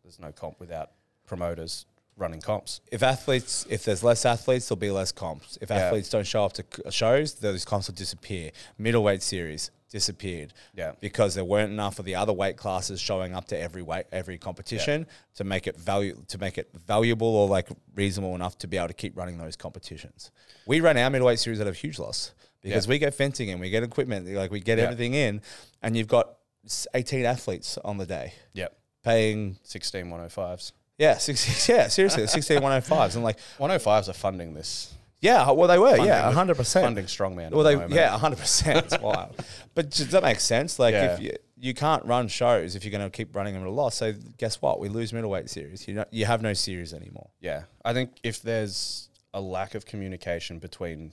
there's no comp without promoters running comps. If athletes, if there's less athletes, there'll be less comps. If athletes don't show up to c- shows, those comps will disappear. Middleweight series disappeared. Yeah. because there weren't enough of the other weight classes showing up to every weight every competition to make it value to make it valuable or like reasonable enough to be able to keep running those competitions. We ran our middleweight series at a huge loss because Yeah. we get fencing in, we get equipment, like we get Yeah. everything in, and you've got s- eighteen athletes on the day Yep. oh paying 16 105s. yeah six, yeah seriously sixteen one hundred fives and like 105s are funding this. yeah well they were yeah Funding- hundred percent Funding strongman. at Well, the they moment. yeah, hundred percent. It's wild, but does that make sense? Like, if Yeah. you, you can't run shows if you're going to keep running them at a loss. So guess what? We lose middleweight series. You know, you have no series anymore. Yeah, I think if there's a lack of communication between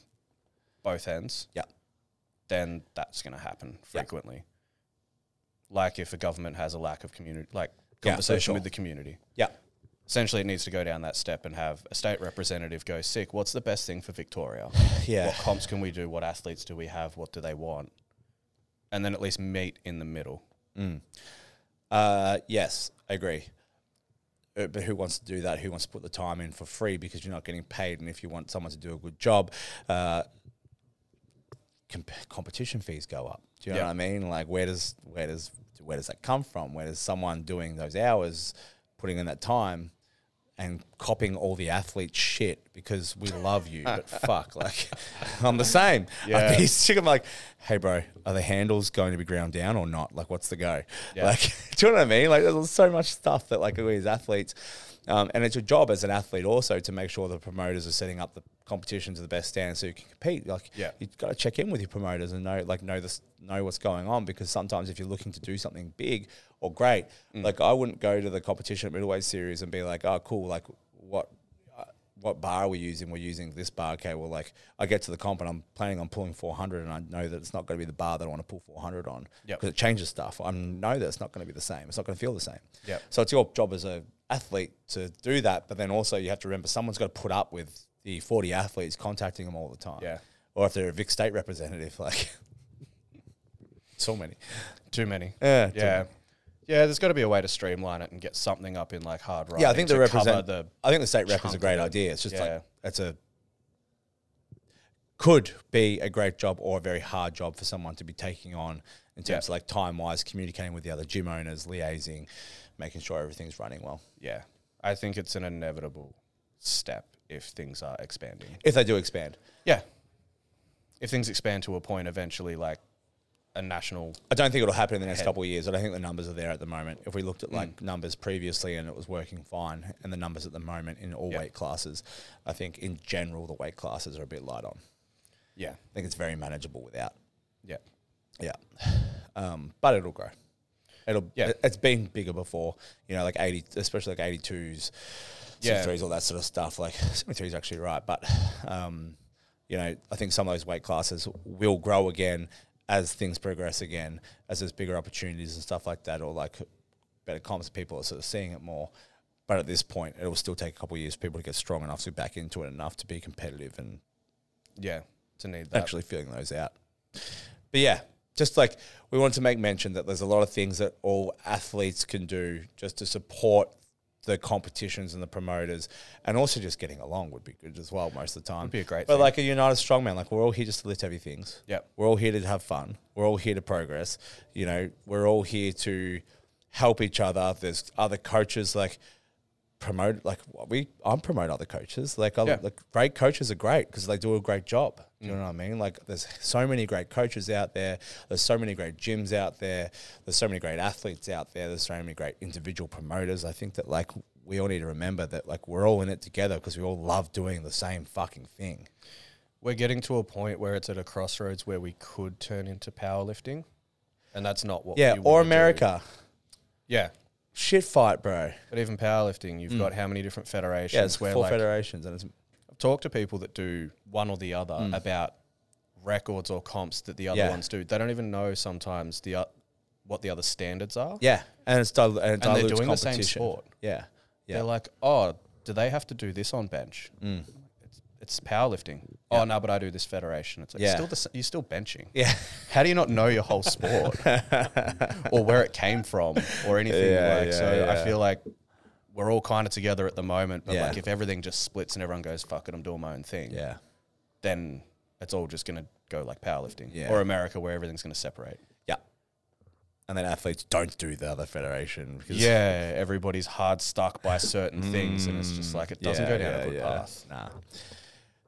both ends, Yeah. then that's going to happen frequently. Like if a government has a lack of community, like Yeah, for conversation sure. with the community. Yeah. Essentially, it needs to go down that step and have a state representative go sick. What's the best thing for Victoria? Yeah. What comps can we do? What athletes do we have? What do they want? And then at least meet in the middle. Mm. Uh, yes, I agree. Uh, But who wants to do that? Who wants to put the time in for free because you're not getting paid? And if you want someone to do a good job, uh, comp- competition fees go up. Do you know Yeah. what I mean? Like, where does where does where does that come from? Where does someone doing those hours, putting in that time, and copying all the athlete shit because we love you, but fuck, like I'm the same. I'd be sick of like, hey bro, are the handles going to be ground down or not? Like, what's the go? Like, do you know what I mean? Like, there's so much stuff that like we as athletes, um, and it's your job as an athlete also to make sure the promoters are setting up the competition to the best standard so you can compete. Like, Yeah. you got to check in with your promoters and know like know this know what's going on because sometimes if you're looking to do something big or great, Mm. like I wouldn't go to the competition at middleweight series and be like, oh cool, like what uh, what bar are we using? We're using this bar. Okay, well like I get to the comp and I'm planning on pulling 400 and I know that it's not going to be the bar that I want to pull 400 on Yep. because it changes stuff. I know that it's not going to be the same. It's not going to feel the same. Yep. So it's your job as a athlete to do that, but then also you have to remember someone's got to put up with the 40 athletes contacting them all the time Yeah. or if they're a Vic State representative, like so many. Too many. Yeah, too yeah. Yeah, there's got to be a way to streamline it and get something up in like hard writing. Yeah, I think the to cover represent. the I think the state rep is chunk a of great it. idea. It's just Yeah. like it's a could be a great job or a very hard job for someone to be taking on in terms Yeah. of like time wise, communicating with the other gym owners, liaising, making sure everything's running well. yeah, I think it's an inevitable step if things are expanding. If they do expand, Yeah, if things expand to a point eventually, like a national. I don't think it'll happen in the next Ahead. couple of years. I don't think the numbers are there at the moment. If we looked at Mm. like numbers previously and it was working fine, and the numbers at the moment in all Yeah. weight classes, I think in general the weight classes are a bit light on. Yeah, I think it's very manageable without. yeah, Yeah. Um, but it'll grow. It'll Yeah. it- it's been bigger before, you know, like eighty especially like eighty twos, Yeah. yeah. threes, all that sort of stuff. Like seventy threes actually right, but um, you know, I think some of those weight classes will grow again as things progress again, as there's bigger opportunities and stuff like that, or like better comps, people are sort of seeing it more. But at this point, it will still take a couple of years for people to get strong enough to back into it enough to be competitive and yeah. To need that. actually filling those out. But yeah, just like we want to make mention that there's a lot of things that all athletes can do just to support the competitions and the promoters, and also just getting along would be good as well most of the time. Would be a great But thing. like a United Strongman, like we're all here just to lift heavy things. Yep. We're all here to have fun. We're all here to progress. You know, we're all here to help each other. There's other coaches like promote like what we I promote other coaches. Like, I, Yeah. like great coaches are great because they do a great job. Do you know what I mean? Like there's so many great coaches out there. There's so many great gyms out there. There's so many great athletes out there. There's so many great individual promoters. I think that like we all need to remember that like we're all in it together because we all love doing the same fucking thing. We're getting to a point where it's at a crossroads where we could turn into powerlifting, and that's not what. Yeah, we or wanna do. America. Yeah, Shit fight, bro. but even powerlifting, you've got how many different federations? Mm. Yeah, it's where four like federations and it's I've talked to people that do one or the other about records or comps that the other Mm. Yeah. ones do. They don't even know sometimes the uh, what the other standards are. yeah, and it's dil- and, it And they're dilutes doing the same competition. sport. Yeah, yeah, Mm. They're like, oh, do they have to do this on bench? It's, it's powerlifting. Oh no, but I do this federation. It's like Yeah. still the, s- you're still benching. yeah. How do you not know your whole sport or where it came from or anything? Yeah, like, yeah, so yeah. I feel like we're all kind of together at the moment. But Yeah. like, if everything just splits and everyone goes, fuck it, I'm doing my own thing. yeah. then it's all just going to go like powerlifting Yeah. or America where everything's going to separate. Yeah. And then athletes don't do the other federation because Yeah, everybody's hard stuck by certain things, and it's just like it doesn't Mm. Yeah, go down yeah, a good yeah. path. Nah.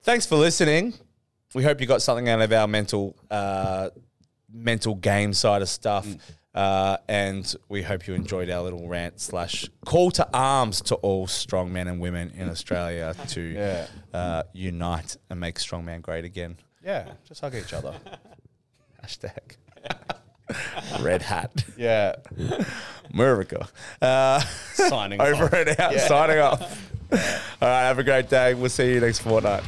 Thanks for listening. We hope you got something out of our mental uh, mental game side of stuff. Uh, and we hope you enjoyed our little rant slash call to arms to all strong men and women in Australia to Yeah. uh, unite and make strongman great again. Yeah, just hug each other. Hashtag. Red hat. Yeah. America. Uh, Signing over off. and out. Signing off. All right. Have a great day. We'll see you next fortnight.